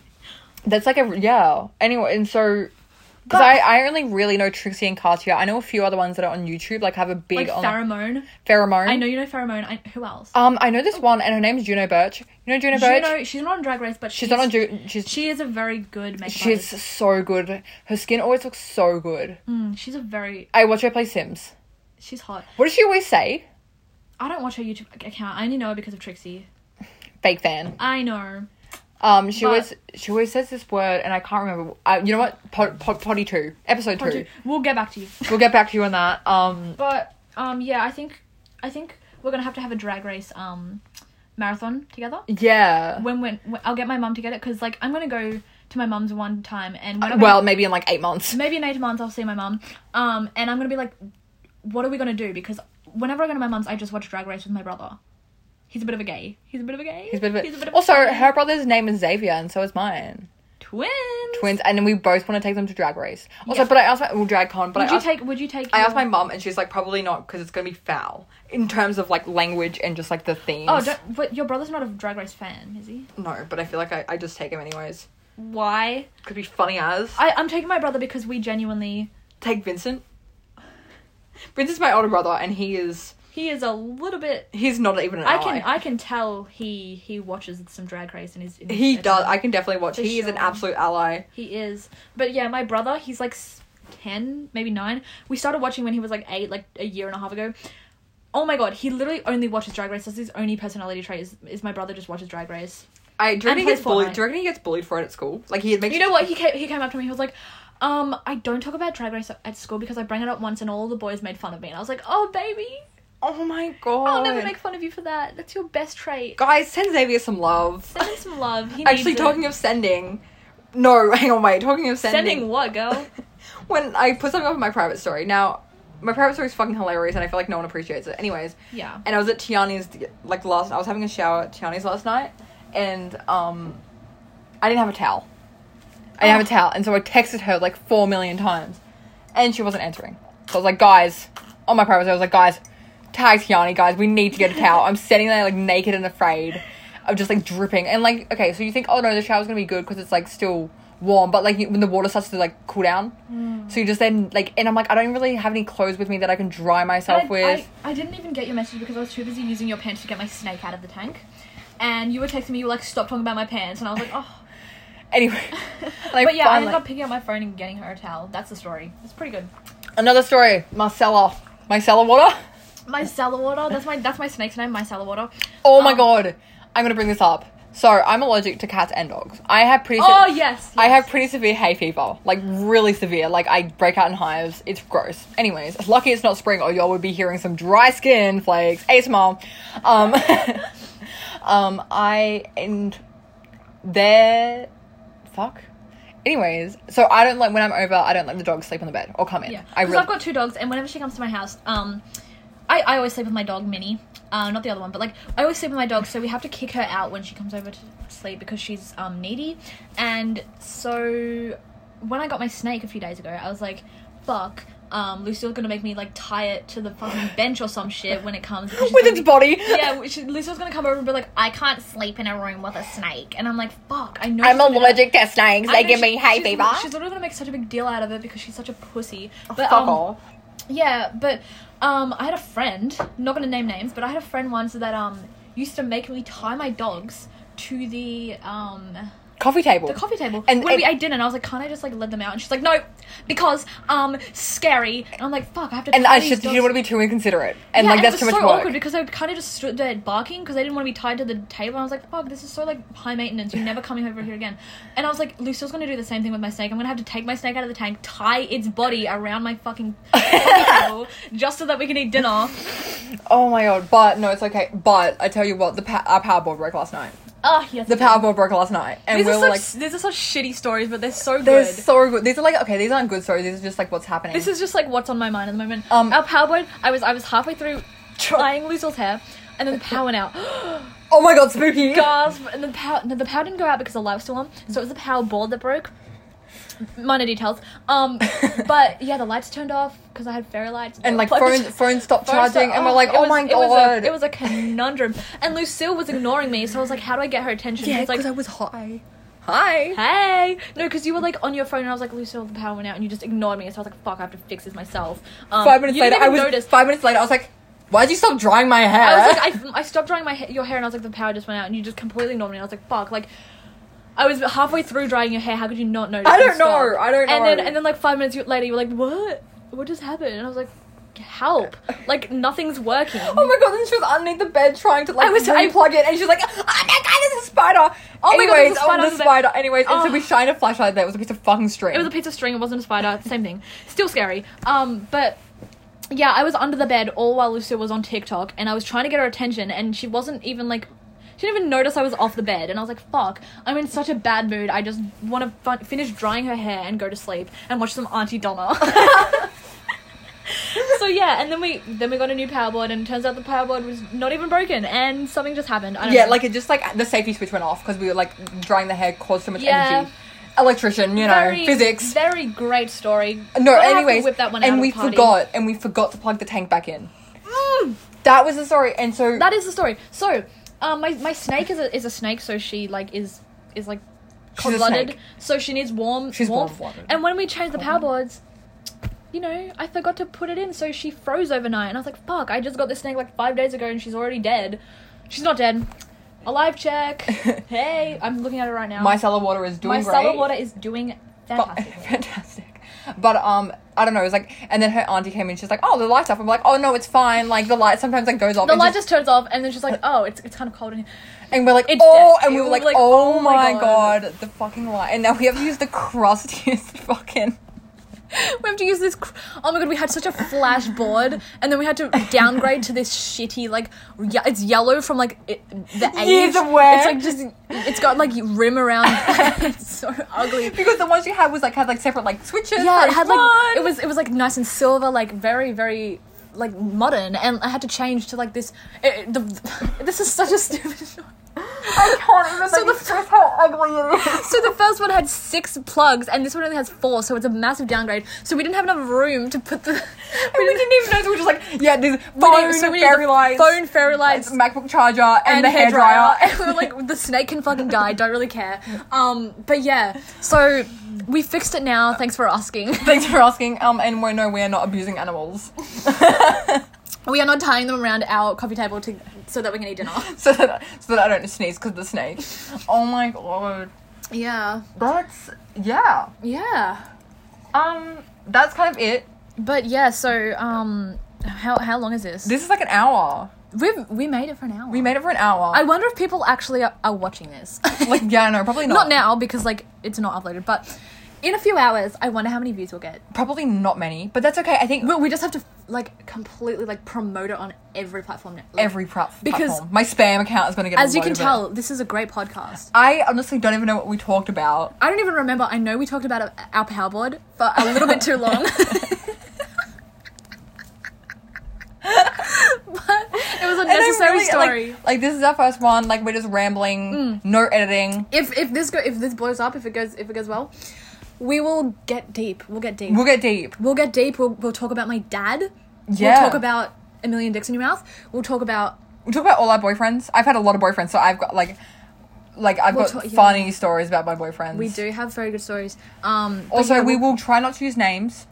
Speaker 2: that's like a yeah. Anyway, and so because
Speaker 3: But-
Speaker 2: I I only really know Trixie and Cartier. I know a few other ones that are on YouTube. Like have a big
Speaker 3: like
Speaker 2: on
Speaker 3: pheromone
Speaker 2: pheromone.
Speaker 3: i know you know pheromone I, who else
Speaker 2: Um, I know this one, and her name's Juno Birch. You know Juno Birch.
Speaker 3: Juno, she's not on Drag Race, but
Speaker 2: she's
Speaker 3: she's,
Speaker 2: not on. Ju- she's
Speaker 3: She is a very good makeup
Speaker 2: she's
Speaker 3: artist.
Speaker 2: so good. Her skin always looks so good.
Speaker 3: Mm, she's a very
Speaker 2: I watch her play Sims.
Speaker 3: she's hot.
Speaker 2: What does she always say?
Speaker 3: I don't watch her YouTube ac- account. I only know her because of Trixie.
Speaker 2: Fake fan.
Speaker 3: I know.
Speaker 2: Um, she
Speaker 3: But-
Speaker 2: always she always says this word, and I can't remember. Uh, you know what? Pod, pod, potty two, episode
Speaker 3: Part
Speaker 2: two.
Speaker 3: two. We'll get back to you.
Speaker 2: We'll get back to you on that. Um,
Speaker 3: But um, yeah, I think I think we're gonna have to have a Drag Race um marathon together.
Speaker 2: yeah.
Speaker 3: When when, when I'll get my mum to get it because like I'm gonna go to my mum's one time and we're not gonna-
Speaker 2: Well, maybe in like eight months.
Speaker 3: maybe in eight months I'll see my mum. Um, and I'm gonna be like, what are we gonna do? Because whenever I go to my mum's, I just watch Drag Race with my brother. He's a bit of a gay. He's a bit of a gay.
Speaker 2: He's a bit of a-
Speaker 3: He's a bit of a
Speaker 2: also,
Speaker 3: gay.
Speaker 2: her brother's name is Xavier, and so is mine.
Speaker 3: twins.
Speaker 2: Twins, and then we both want to take them to drag race. Also,
Speaker 3: Yeah.
Speaker 2: but I asked my well, drag con, but
Speaker 3: Would
Speaker 2: I
Speaker 3: you
Speaker 2: asked,
Speaker 3: take? Would you take?
Speaker 2: I
Speaker 3: your-
Speaker 2: asked my mum, and she's like, probably not, because it's gonna be foul in terms of like language and just like the themes.
Speaker 3: Oh, don't, but your brother's not a Drag Race fan, is he?
Speaker 2: no, but I feel like I, I just take him anyways.
Speaker 3: Why?
Speaker 2: Could be funny as
Speaker 3: I, I'm taking my brother because we genuinely.
Speaker 2: take Vincent. Vincent's my older brother, and he is
Speaker 3: He is a little bit.
Speaker 2: he's not even an
Speaker 3: I
Speaker 2: ally.
Speaker 3: can I can tell he he watches some Drag Race and is. in his
Speaker 2: he
Speaker 3: spare
Speaker 2: does.
Speaker 3: time.
Speaker 2: I can definitely watch.
Speaker 3: For
Speaker 2: He is an
Speaker 3: sure.
Speaker 2: absolute ally.
Speaker 3: He is. But yeah, my brother, he's like s- 10, maybe 9. We started watching when he was like 8, like a year and a half ago. Oh my god, he literally only watches Drag Race. That's his only personality trait is, is my brother just watches Drag Race.
Speaker 2: I do you
Speaker 3: And
Speaker 2: reckon he
Speaker 3: plays
Speaker 2: gets bullied.
Speaker 3: Fortnite.
Speaker 2: Do you reckon he gets bullied for it at school? Like he makes
Speaker 3: You know what? He came, he came up to me. He was like, um, I don't talk about Drag Race at school because I bring it up once and all the boys made fun of me. And I was like, oh baby,
Speaker 2: Oh my god!
Speaker 3: I'll never make fun of you for that. That's your best trait.
Speaker 2: Guys, send Xavier some love.
Speaker 3: Send him some love. He
Speaker 2: Actually,
Speaker 3: needs it.
Speaker 2: talking of sending. No, hang on, wait. Talking of
Speaker 3: Sending
Speaker 2: sending.
Speaker 3: what, girl?
Speaker 2: when I put something up in my private story. Now, my private story is fucking hilarious, and I feel like no one appreciates it. Anyways,
Speaker 3: Yeah.
Speaker 2: and I was at Tiani's like last. I was having a shower at Tiani's last night, and um, I didn't have a towel. I
Speaker 3: Oh.
Speaker 2: didn't have a towel, and so I texted her like four million times, and she wasn't answering. So I was like, guys, on my private, story, I was like, guys, tag Tiani, guys, we need to get a towel. I'm sitting there like naked and afraid. I'm just like dripping, and like okay, so you think, oh no, the shower's gonna be good because it's like still warm, but like you- when the water starts to like cool down,
Speaker 3: Mm.
Speaker 2: so you just then like, and I'm like, I don't really have any clothes with me that I can dry myself
Speaker 3: I,
Speaker 2: with.
Speaker 3: I, I didn't even get your message because I was too busy using your pants to get my snake out of the tank. And you were texting me, you were like, stop talking about my pants. And I was like, oh.
Speaker 2: Anyway, like,
Speaker 3: but yeah, I ended
Speaker 2: finally-
Speaker 3: up picking up my phone and getting her a towel. That's the story. It's pretty good.
Speaker 2: Another story. Marcella. Marcella water.
Speaker 3: My cellar water. That's my that's my snake's name. My cellar water.
Speaker 2: Oh my
Speaker 3: Um,
Speaker 2: god. I'm gonna bring this up. So I'm allergic to cats and dogs. I have pretty. se-
Speaker 3: Oh yes.
Speaker 2: I
Speaker 3: yes.
Speaker 2: have pretty severe hay fever, like really severe. Like I break out in hives. It's gross. Anyways, lucky it's not spring, or y'all would be hearing some dry skin flakes. ASMR. Um, um, I and there, fuck. Anyways, so I don't like when I'm over. I don't let the dog sleep on the bed or come in.
Speaker 3: Yeah,
Speaker 2: I
Speaker 3: because
Speaker 2: really.
Speaker 3: I've got two dogs, and whenever she comes to my house, um, I, I always sleep with my dog Minnie, uh, not the other one, but like I always sleep with my dog, so we have to kick her out when she comes over to sleep because she's um needy, and so when I got my snake a few days ago, I was like, fuck. Um, Lucille's gonna make me like tie it to the fucking bench or some shit when it comes. because she's
Speaker 2: with
Speaker 3: gonna
Speaker 2: its
Speaker 3: be-
Speaker 2: body.
Speaker 3: Yeah, which- Lucille's gonna come over and be like, I can't sleep in a room with a snake, and I'm like, fuck, I know.
Speaker 2: I'm
Speaker 3: she's gonna-
Speaker 2: allergic to snakes.
Speaker 3: I
Speaker 2: They
Speaker 3: know
Speaker 2: give
Speaker 3: she-
Speaker 2: me hay
Speaker 3: she's-
Speaker 2: fever. Oh,
Speaker 3: She's literally gonna make such a big deal out of it because she's such a pussy. But
Speaker 2: Fuck
Speaker 3: um,
Speaker 2: off.
Speaker 3: yeah, but um, I had a friend. Not gonna name names, but I had a friend once that um used to make me tie my dogs to the um
Speaker 2: Coffee table.
Speaker 3: the coffee table.
Speaker 2: And-
Speaker 3: And when
Speaker 2: and-
Speaker 3: we ate dinner, and I was like, can't I just like let them out? And she's like, no, because um scary. And I'm like, fuck, I have to.
Speaker 2: and
Speaker 3: tie
Speaker 2: I
Speaker 3: these
Speaker 2: should. You
Speaker 3: dogs
Speaker 2: don't want to be too inconsiderate. And like
Speaker 3: and
Speaker 2: that's
Speaker 3: it was
Speaker 2: too much
Speaker 3: so
Speaker 2: work.
Speaker 3: awkward because I kind of just stood there barking because I didn't want to be tied to the table. And I was like, "Fuck, this is so like high maintenance. You're never coming over here again." And I was like, "Lucille's gonna do the same thing with my snake. I'm gonna have to take my snake out of the tank, tie its body around my fucking table, just so that we can eat dinner."
Speaker 2: Oh my god, but no, it's okay. But I tell you what, the pa- our Powerball broke last night.
Speaker 3: Oh yes.
Speaker 2: The
Speaker 3: it does.
Speaker 2: Powerball broke last night, and
Speaker 3: These
Speaker 2: we
Speaker 3: are
Speaker 2: were
Speaker 3: such
Speaker 2: like,
Speaker 3: these are such shitty stories, but they're so good.
Speaker 2: "They're so good." These are like, okay, these aren't good stories. These are just like what's happening.
Speaker 3: This is just like what's on my mind at the moment.
Speaker 2: Um,
Speaker 3: Um, Our power board. I was I was halfway through trying Lucille's hair, and then the power went out.
Speaker 2: oh my god, spooky.
Speaker 3: gasp, and the power, no, the power didn't go out because the light was still on, so it was the power board that broke. Minor details. Um, but yeah, the lights turned off because I had fairy lights.
Speaker 2: And like
Speaker 3: Plugged-
Speaker 2: phone, phone stopped
Speaker 3: phone
Speaker 2: charging,
Speaker 3: sta-
Speaker 2: and we're like,
Speaker 3: it
Speaker 2: "Oh
Speaker 3: was-
Speaker 2: my
Speaker 3: It was,
Speaker 2: god."
Speaker 3: a, it was a conundrum, and Lucille was ignoring me, so I was like, "How do I get her attention?"
Speaker 2: yeah,
Speaker 3: She's like,
Speaker 2: because I was high. Hi.
Speaker 3: "Hey, no," because you were like on your phone, and I was like, "Lucille, the power went out," and you just ignored me, so I was like, "Fuck, I have to fix this myself." Um,
Speaker 2: Five minutes
Speaker 3: you didn't
Speaker 2: later, I
Speaker 3: even
Speaker 2: was.
Speaker 3: notice.
Speaker 2: Five minutes later, I was like, "Why'd you stop drying my hair?"
Speaker 3: I was like, I, I stopped drying my ha- your hair, and I was like, the power just went out, and you just completely ignored me. And I was like, fuck, like. I was halfway through drying your hair. How could you not notice?
Speaker 2: I
Speaker 3: and
Speaker 2: don't know,
Speaker 3: stop?
Speaker 2: I don't
Speaker 3: And then,
Speaker 2: know.
Speaker 3: and then, like five minutes later, you were like, "What? What just happened?" And I was like, "Help! Like nothing's working."
Speaker 2: Oh my god, then she was underneath the bed trying to like
Speaker 3: I was- I-
Speaker 2: unplug it and she's like, Oh my god, there's a spider!
Speaker 3: Oh my God,
Speaker 2: Anyways,
Speaker 3: there's a spider
Speaker 2: oh,
Speaker 3: on
Speaker 2: the
Speaker 3: the bed.
Speaker 2: spider. Anyways, and so
Speaker 3: Oh.
Speaker 2: we shined a flashlight there, it was a piece of fucking string.
Speaker 3: It was a piece of string. It wasn't a spider. Same thing. Still scary. Um, but yeah, I was under the bed all while Lucia was on TikTok, and I was trying to get her attention, and she wasn't even like. She didn't even notice I was off the bed, and I was like, "Fuck! I'm in such a bad mood. I just want to fun- finish drying her hair and go to sleep and watch some Auntie Donna." so yeah, and then we then we got a new power board, and it turns out the power board was not even broken, and something just happened. I don't
Speaker 2: yeah,
Speaker 3: know.
Speaker 2: like it just like the safety switch went off because we were like drying the hair caused so much
Speaker 3: Yeah.
Speaker 2: energy. Electrician, you know,
Speaker 3: Very-
Speaker 2: physics.
Speaker 3: Very great story.
Speaker 2: no,
Speaker 3: Gotta have to
Speaker 2: anyways,
Speaker 3: whip that one out
Speaker 2: and
Speaker 3: at
Speaker 2: we
Speaker 3: a party.
Speaker 2: forgot, and we forgot to plug the tank back in.
Speaker 3: Mm.
Speaker 2: That was the story, and so
Speaker 3: That is the story. So, um, my, my snake is a, is a snake, so she like is is like
Speaker 2: She's
Speaker 3: cold
Speaker 2: a
Speaker 3: blooded.
Speaker 2: snake.
Speaker 3: So she needs warm
Speaker 2: She's
Speaker 3: warmth.
Speaker 2: warm-blooded.
Speaker 3: And when we changed the power boards, you know, I forgot to put it in, so she froze overnight. And I was like, fuck, I just got this snake like five days ago, and she's already dead. She's not dead. Alive check. hey, I'm looking at her right now.
Speaker 2: my cellar water is doing
Speaker 3: my
Speaker 2: great.
Speaker 3: cellar water is doing
Speaker 2: But-
Speaker 3: fantastic.
Speaker 2: fantastic. But um, I don't know. It was like, and then her auntie came in. She's like, "Oh, the light's up." I'm like, "Oh no, it's fine." Like the light sometimes like goes off.
Speaker 3: The
Speaker 2: and
Speaker 3: light
Speaker 2: just-
Speaker 3: just turns off, and then she's like, "Oh, it's, it's kind of cold in here."
Speaker 2: And we're like,
Speaker 3: It's
Speaker 2: oh,
Speaker 3: dead.
Speaker 2: and we
Speaker 3: It
Speaker 2: were
Speaker 3: was
Speaker 2: like,
Speaker 3: like,
Speaker 2: oh,
Speaker 3: oh
Speaker 2: my
Speaker 3: my
Speaker 2: god. the fucking light. And now we have to use the crustiest fucking.
Speaker 3: we have to use this. Cr- oh my god, we had such a flash board, and then we had to downgrade to this shitty like ye- it's yellow from like it, the age.
Speaker 2: Either way.
Speaker 3: It's like just it's got like rim around. it's so ugly.
Speaker 2: Because the ones you had was like had like separate like switches.
Speaker 3: Yeah,
Speaker 2: for
Speaker 3: it
Speaker 2: each
Speaker 3: had like
Speaker 2: one.
Speaker 3: it was it was like nice and silver, like very very like modern, and I had to change to like this. It, it- the, this is such a stupid.
Speaker 2: I can't even
Speaker 3: So
Speaker 2: so
Speaker 3: the-
Speaker 2: express how ugly it is.
Speaker 3: So the first one had six plugs, and this one only has four, so it's a massive downgrade. So we didn't have enough room to put the.
Speaker 2: We didn't even know. So we're just like, yeah, there's
Speaker 3: we
Speaker 2: phone,
Speaker 3: need- so we need
Speaker 2: fairy
Speaker 3: the
Speaker 2: lights,
Speaker 3: phone fairy lights,
Speaker 2: MacBook charger, and, the
Speaker 3: hair
Speaker 2: hairdryer.
Speaker 3: dryer. we were like, the snake can fucking die. Don't really care. Um, but yeah, so we fixed it now. Thanks for asking.
Speaker 2: Thanks for asking. Um, and we know we are not abusing animals,
Speaker 3: We are not tying them around our coffee table to so that we can eat dinner.
Speaker 2: so that so that I don't sneeze because of the snake. Oh my god,
Speaker 3: Yeah,
Speaker 2: that's yeah.
Speaker 3: yeah.
Speaker 2: Um, that's kind of it.
Speaker 3: But yeah, so um, how how long is this?
Speaker 2: This is like an hour.
Speaker 3: we we made it for an hour.
Speaker 2: We made it for an hour.
Speaker 3: I wonder if people actually are, are watching this.
Speaker 2: like yeah, no, probably not.
Speaker 3: not now because like it's not uploaded, but in a few hours, I wonder how many views we'll get.
Speaker 2: Probably not many, but that's okay. I think
Speaker 3: But we just have to like completely like promote it on every platform now. Like,
Speaker 2: every pra-
Speaker 3: Because-
Speaker 2: platform. My spam account is going to get a
Speaker 3: as you
Speaker 2: load
Speaker 3: can
Speaker 2: of it.
Speaker 3: tell, this is a great podcast.
Speaker 2: I honestly don't even know what we talked about.
Speaker 3: I don't even remember. I know we talked about our power board for a little bit too long. but it was a
Speaker 2: And I'm
Speaker 3: necessary
Speaker 2: really, like-
Speaker 3: story. Mm.
Speaker 2: Like, this is our first one. Like we're just rambling, no editing.
Speaker 3: if if this go if this blows up, if it goes if it goes well, we will get deep. We'll get deep.
Speaker 2: We'll get deep.
Speaker 3: We'll get deep. We'll, we'll talk about my dad.
Speaker 2: Yeah.
Speaker 3: We'll talk about a million dicks in your mouth. We'll talk about
Speaker 2: We talk about all our boyfriends. I've had a lot of boyfriends, so I've got like, like I've
Speaker 3: We'll
Speaker 2: got
Speaker 3: talk- yeah.
Speaker 2: funny stories about my boyfriends.
Speaker 3: we do have very good stories. Um, but
Speaker 2: Also,
Speaker 3: yeah,
Speaker 2: we
Speaker 3: we'll-
Speaker 2: will try not to use names.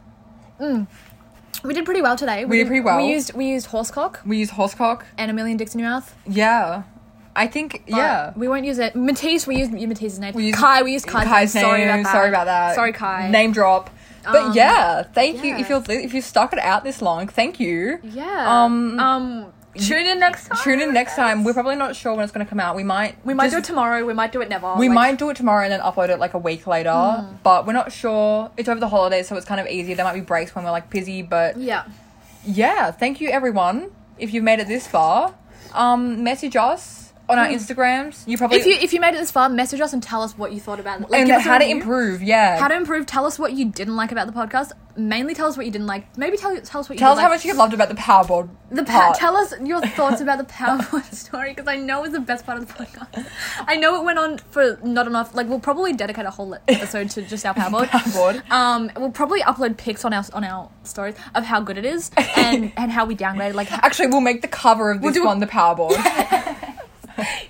Speaker 3: we did pretty well today.
Speaker 2: We did pretty well.
Speaker 3: We used we used horsecock
Speaker 2: We use horsecock.
Speaker 3: and a million dicks in your mouth.
Speaker 2: Yeah, I think
Speaker 3: but
Speaker 2: yeah.
Speaker 3: we won't use it. Matisse, we used Matisse's name.
Speaker 2: We used-
Speaker 3: Kai, we used Kai's, name. Sorry about that.
Speaker 2: Sorry about that.
Speaker 3: Sorry, Kai.
Speaker 2: Name drop. But
Speaker 3: Um,
Speaker 2: yeah, thank you. If
Speaker 3: yeah.
Speaker 2: you if you stuck it out this long, thank you.
Speaker 3: Yeah.
Speaker 2: Um,
Speaker 3: Um. Tune in next time.
Speaker 2: Tune in next time. We're probably not sure when it's going to come out. We might
Speaker 3: We might
Speaker 2: just-
Speaker 3: do it tomorrow. We might do it never.
Speaker 2: We
Speaker 3: Like, Hmm.
Speaker 2: might do it tomorrow and then upload it like a week later, but we're not sure. It's over the holidays, so it's kind of easy. There might be breaks when we're like busy, but
Speaker 3: Yeah.
Speaker 2: yeah, thank you everyone if you've made it this far. Um, message us on our Instagrams. You probably
Speaker 3: Hmm. if you if you made it this far, message us and tell us what you thought about it. Like,
Speaker 2: and
Speaker 3: give us a
Speaker 2: how to
Speaker 3: review.
Speaker 2: improve. Yeah,
Speaker 3: How to improve? Tell us what you didn't like about the podcast. Mainly, tell us what you didn't like. Maybe tell tell us what you
Speaker 2: tell us
Speaker 3: did
Speaker 2: how
Speaker 3: like.
Speaker 2: much you loved about the Powerball.
Speaker 3: the pa-
Speaker 2: part.
Speaker 3: tell us your thoughts about the PowerPoint story because I know it was the best part of the podcast. I know it went on for not enough. Like we'll probably dedicate a whole e- episode to just our PowerPoint.
Speaker 2: Powerboard.
Speaker 3: Um, we'll probably upload pics on our on our stories of how good it is and and how we downgraded. Like h-
Speaker 2: Actually, we'll make the cover of this
Speaker 3: do a-
Speaker 2: one the Powerball.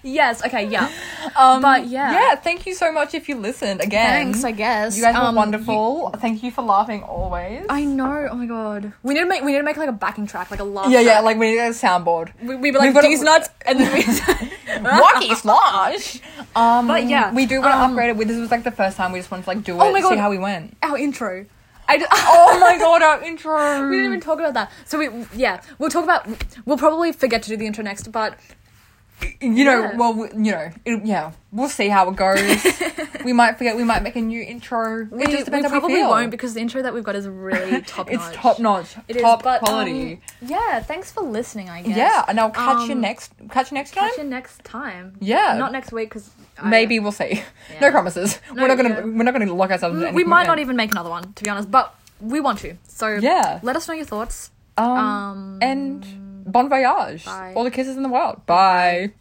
Speaker 3: yes, okay, yeah.
Speaker 2: Um,
Speaker 3: But yeah.
Speaker 2: yeah. Thank you so much if you listened again.
Speaker 3: Thanks, I guess.
Speaker 2: You guys were
Speaker 3: Um,
Speaker 2: wonderful. thank you for laughing always.
Speaker 3: I know. Oh my god. We need to make we need to make like a backing track, like a laugh.
Speaker 2: yeah, yeah.
Speaker 3: track.
Speaker 2: Like we need a soundboard.
Speaker 3: we, we'd be like
Speaker 2: We've got a-
Speaker 3: these nuts, and then we.
Speaker 2: Wacky slosh. Um,
Speaker 3: But yeah,
Speaker 2: we do want to
Speaker 3: um,
Speaker 2: upgrade it. We- This was like the first time we just wanted to like do it.
Speaker 3: Oh my
Speaker 2: See
Speaker 3: God.
Speaker 2: how we went.
Speaker 3: Our intro. I d-
Speaker 2: Oh my god, our intro.
Speaker 3: We didn't even talk about that. So we yeah, we'll talk about. We'll probably forget to do the intro next, but
Speaker 2: you know,
Speaker 3: Yeah.
Speaker 2: well, we- you know, it, yeah. We'll see how it goes. we might forget. We might make a new intro.
Speaker 3: we,
Speaker 2: it just
Speaker 3: we
Speaker 2: depends how
Speaker 3: probably
Speaker 2: we feel.
Speaker 3: won't because the intro that we've got is really top notch.
Speaker 2: It's top notch.
Speaker 3: It is,
Speaker 2: top
Speaker 3: but, um,
Speaker 2: quality.
Speaker 3: yeah, thanks for listening. I guess.
Speaker 2: Yeah, and I'll catch you
Speaker 3: Um,
Speaker 2: next. Catch you next time.
Speaker 3: Catch you next time.
Speaker 2: Yeah.
Speaker 3: Not next week because
Speaker 2: Maybe we'll see.
Speaker 3: Yeah.
Speaker 2: No promises. we're not gonna.
Speaker 3: yeah.
Speaker 2: We're not gonna lock ourselves. into any
Speaker 3: we might not
Speaker 2: commitment.
Speaker 3: even make another one to be honest, but we want to. So
Speaker 2: Yeah.
Speaker 3: let us know your thoughts.
Speaker 2: Um,
Speaker 3: Um,
Speaker 2: and bon voyage.
Speaker 3: Bye.
Speaker 2: All the kisses in the world. Bye.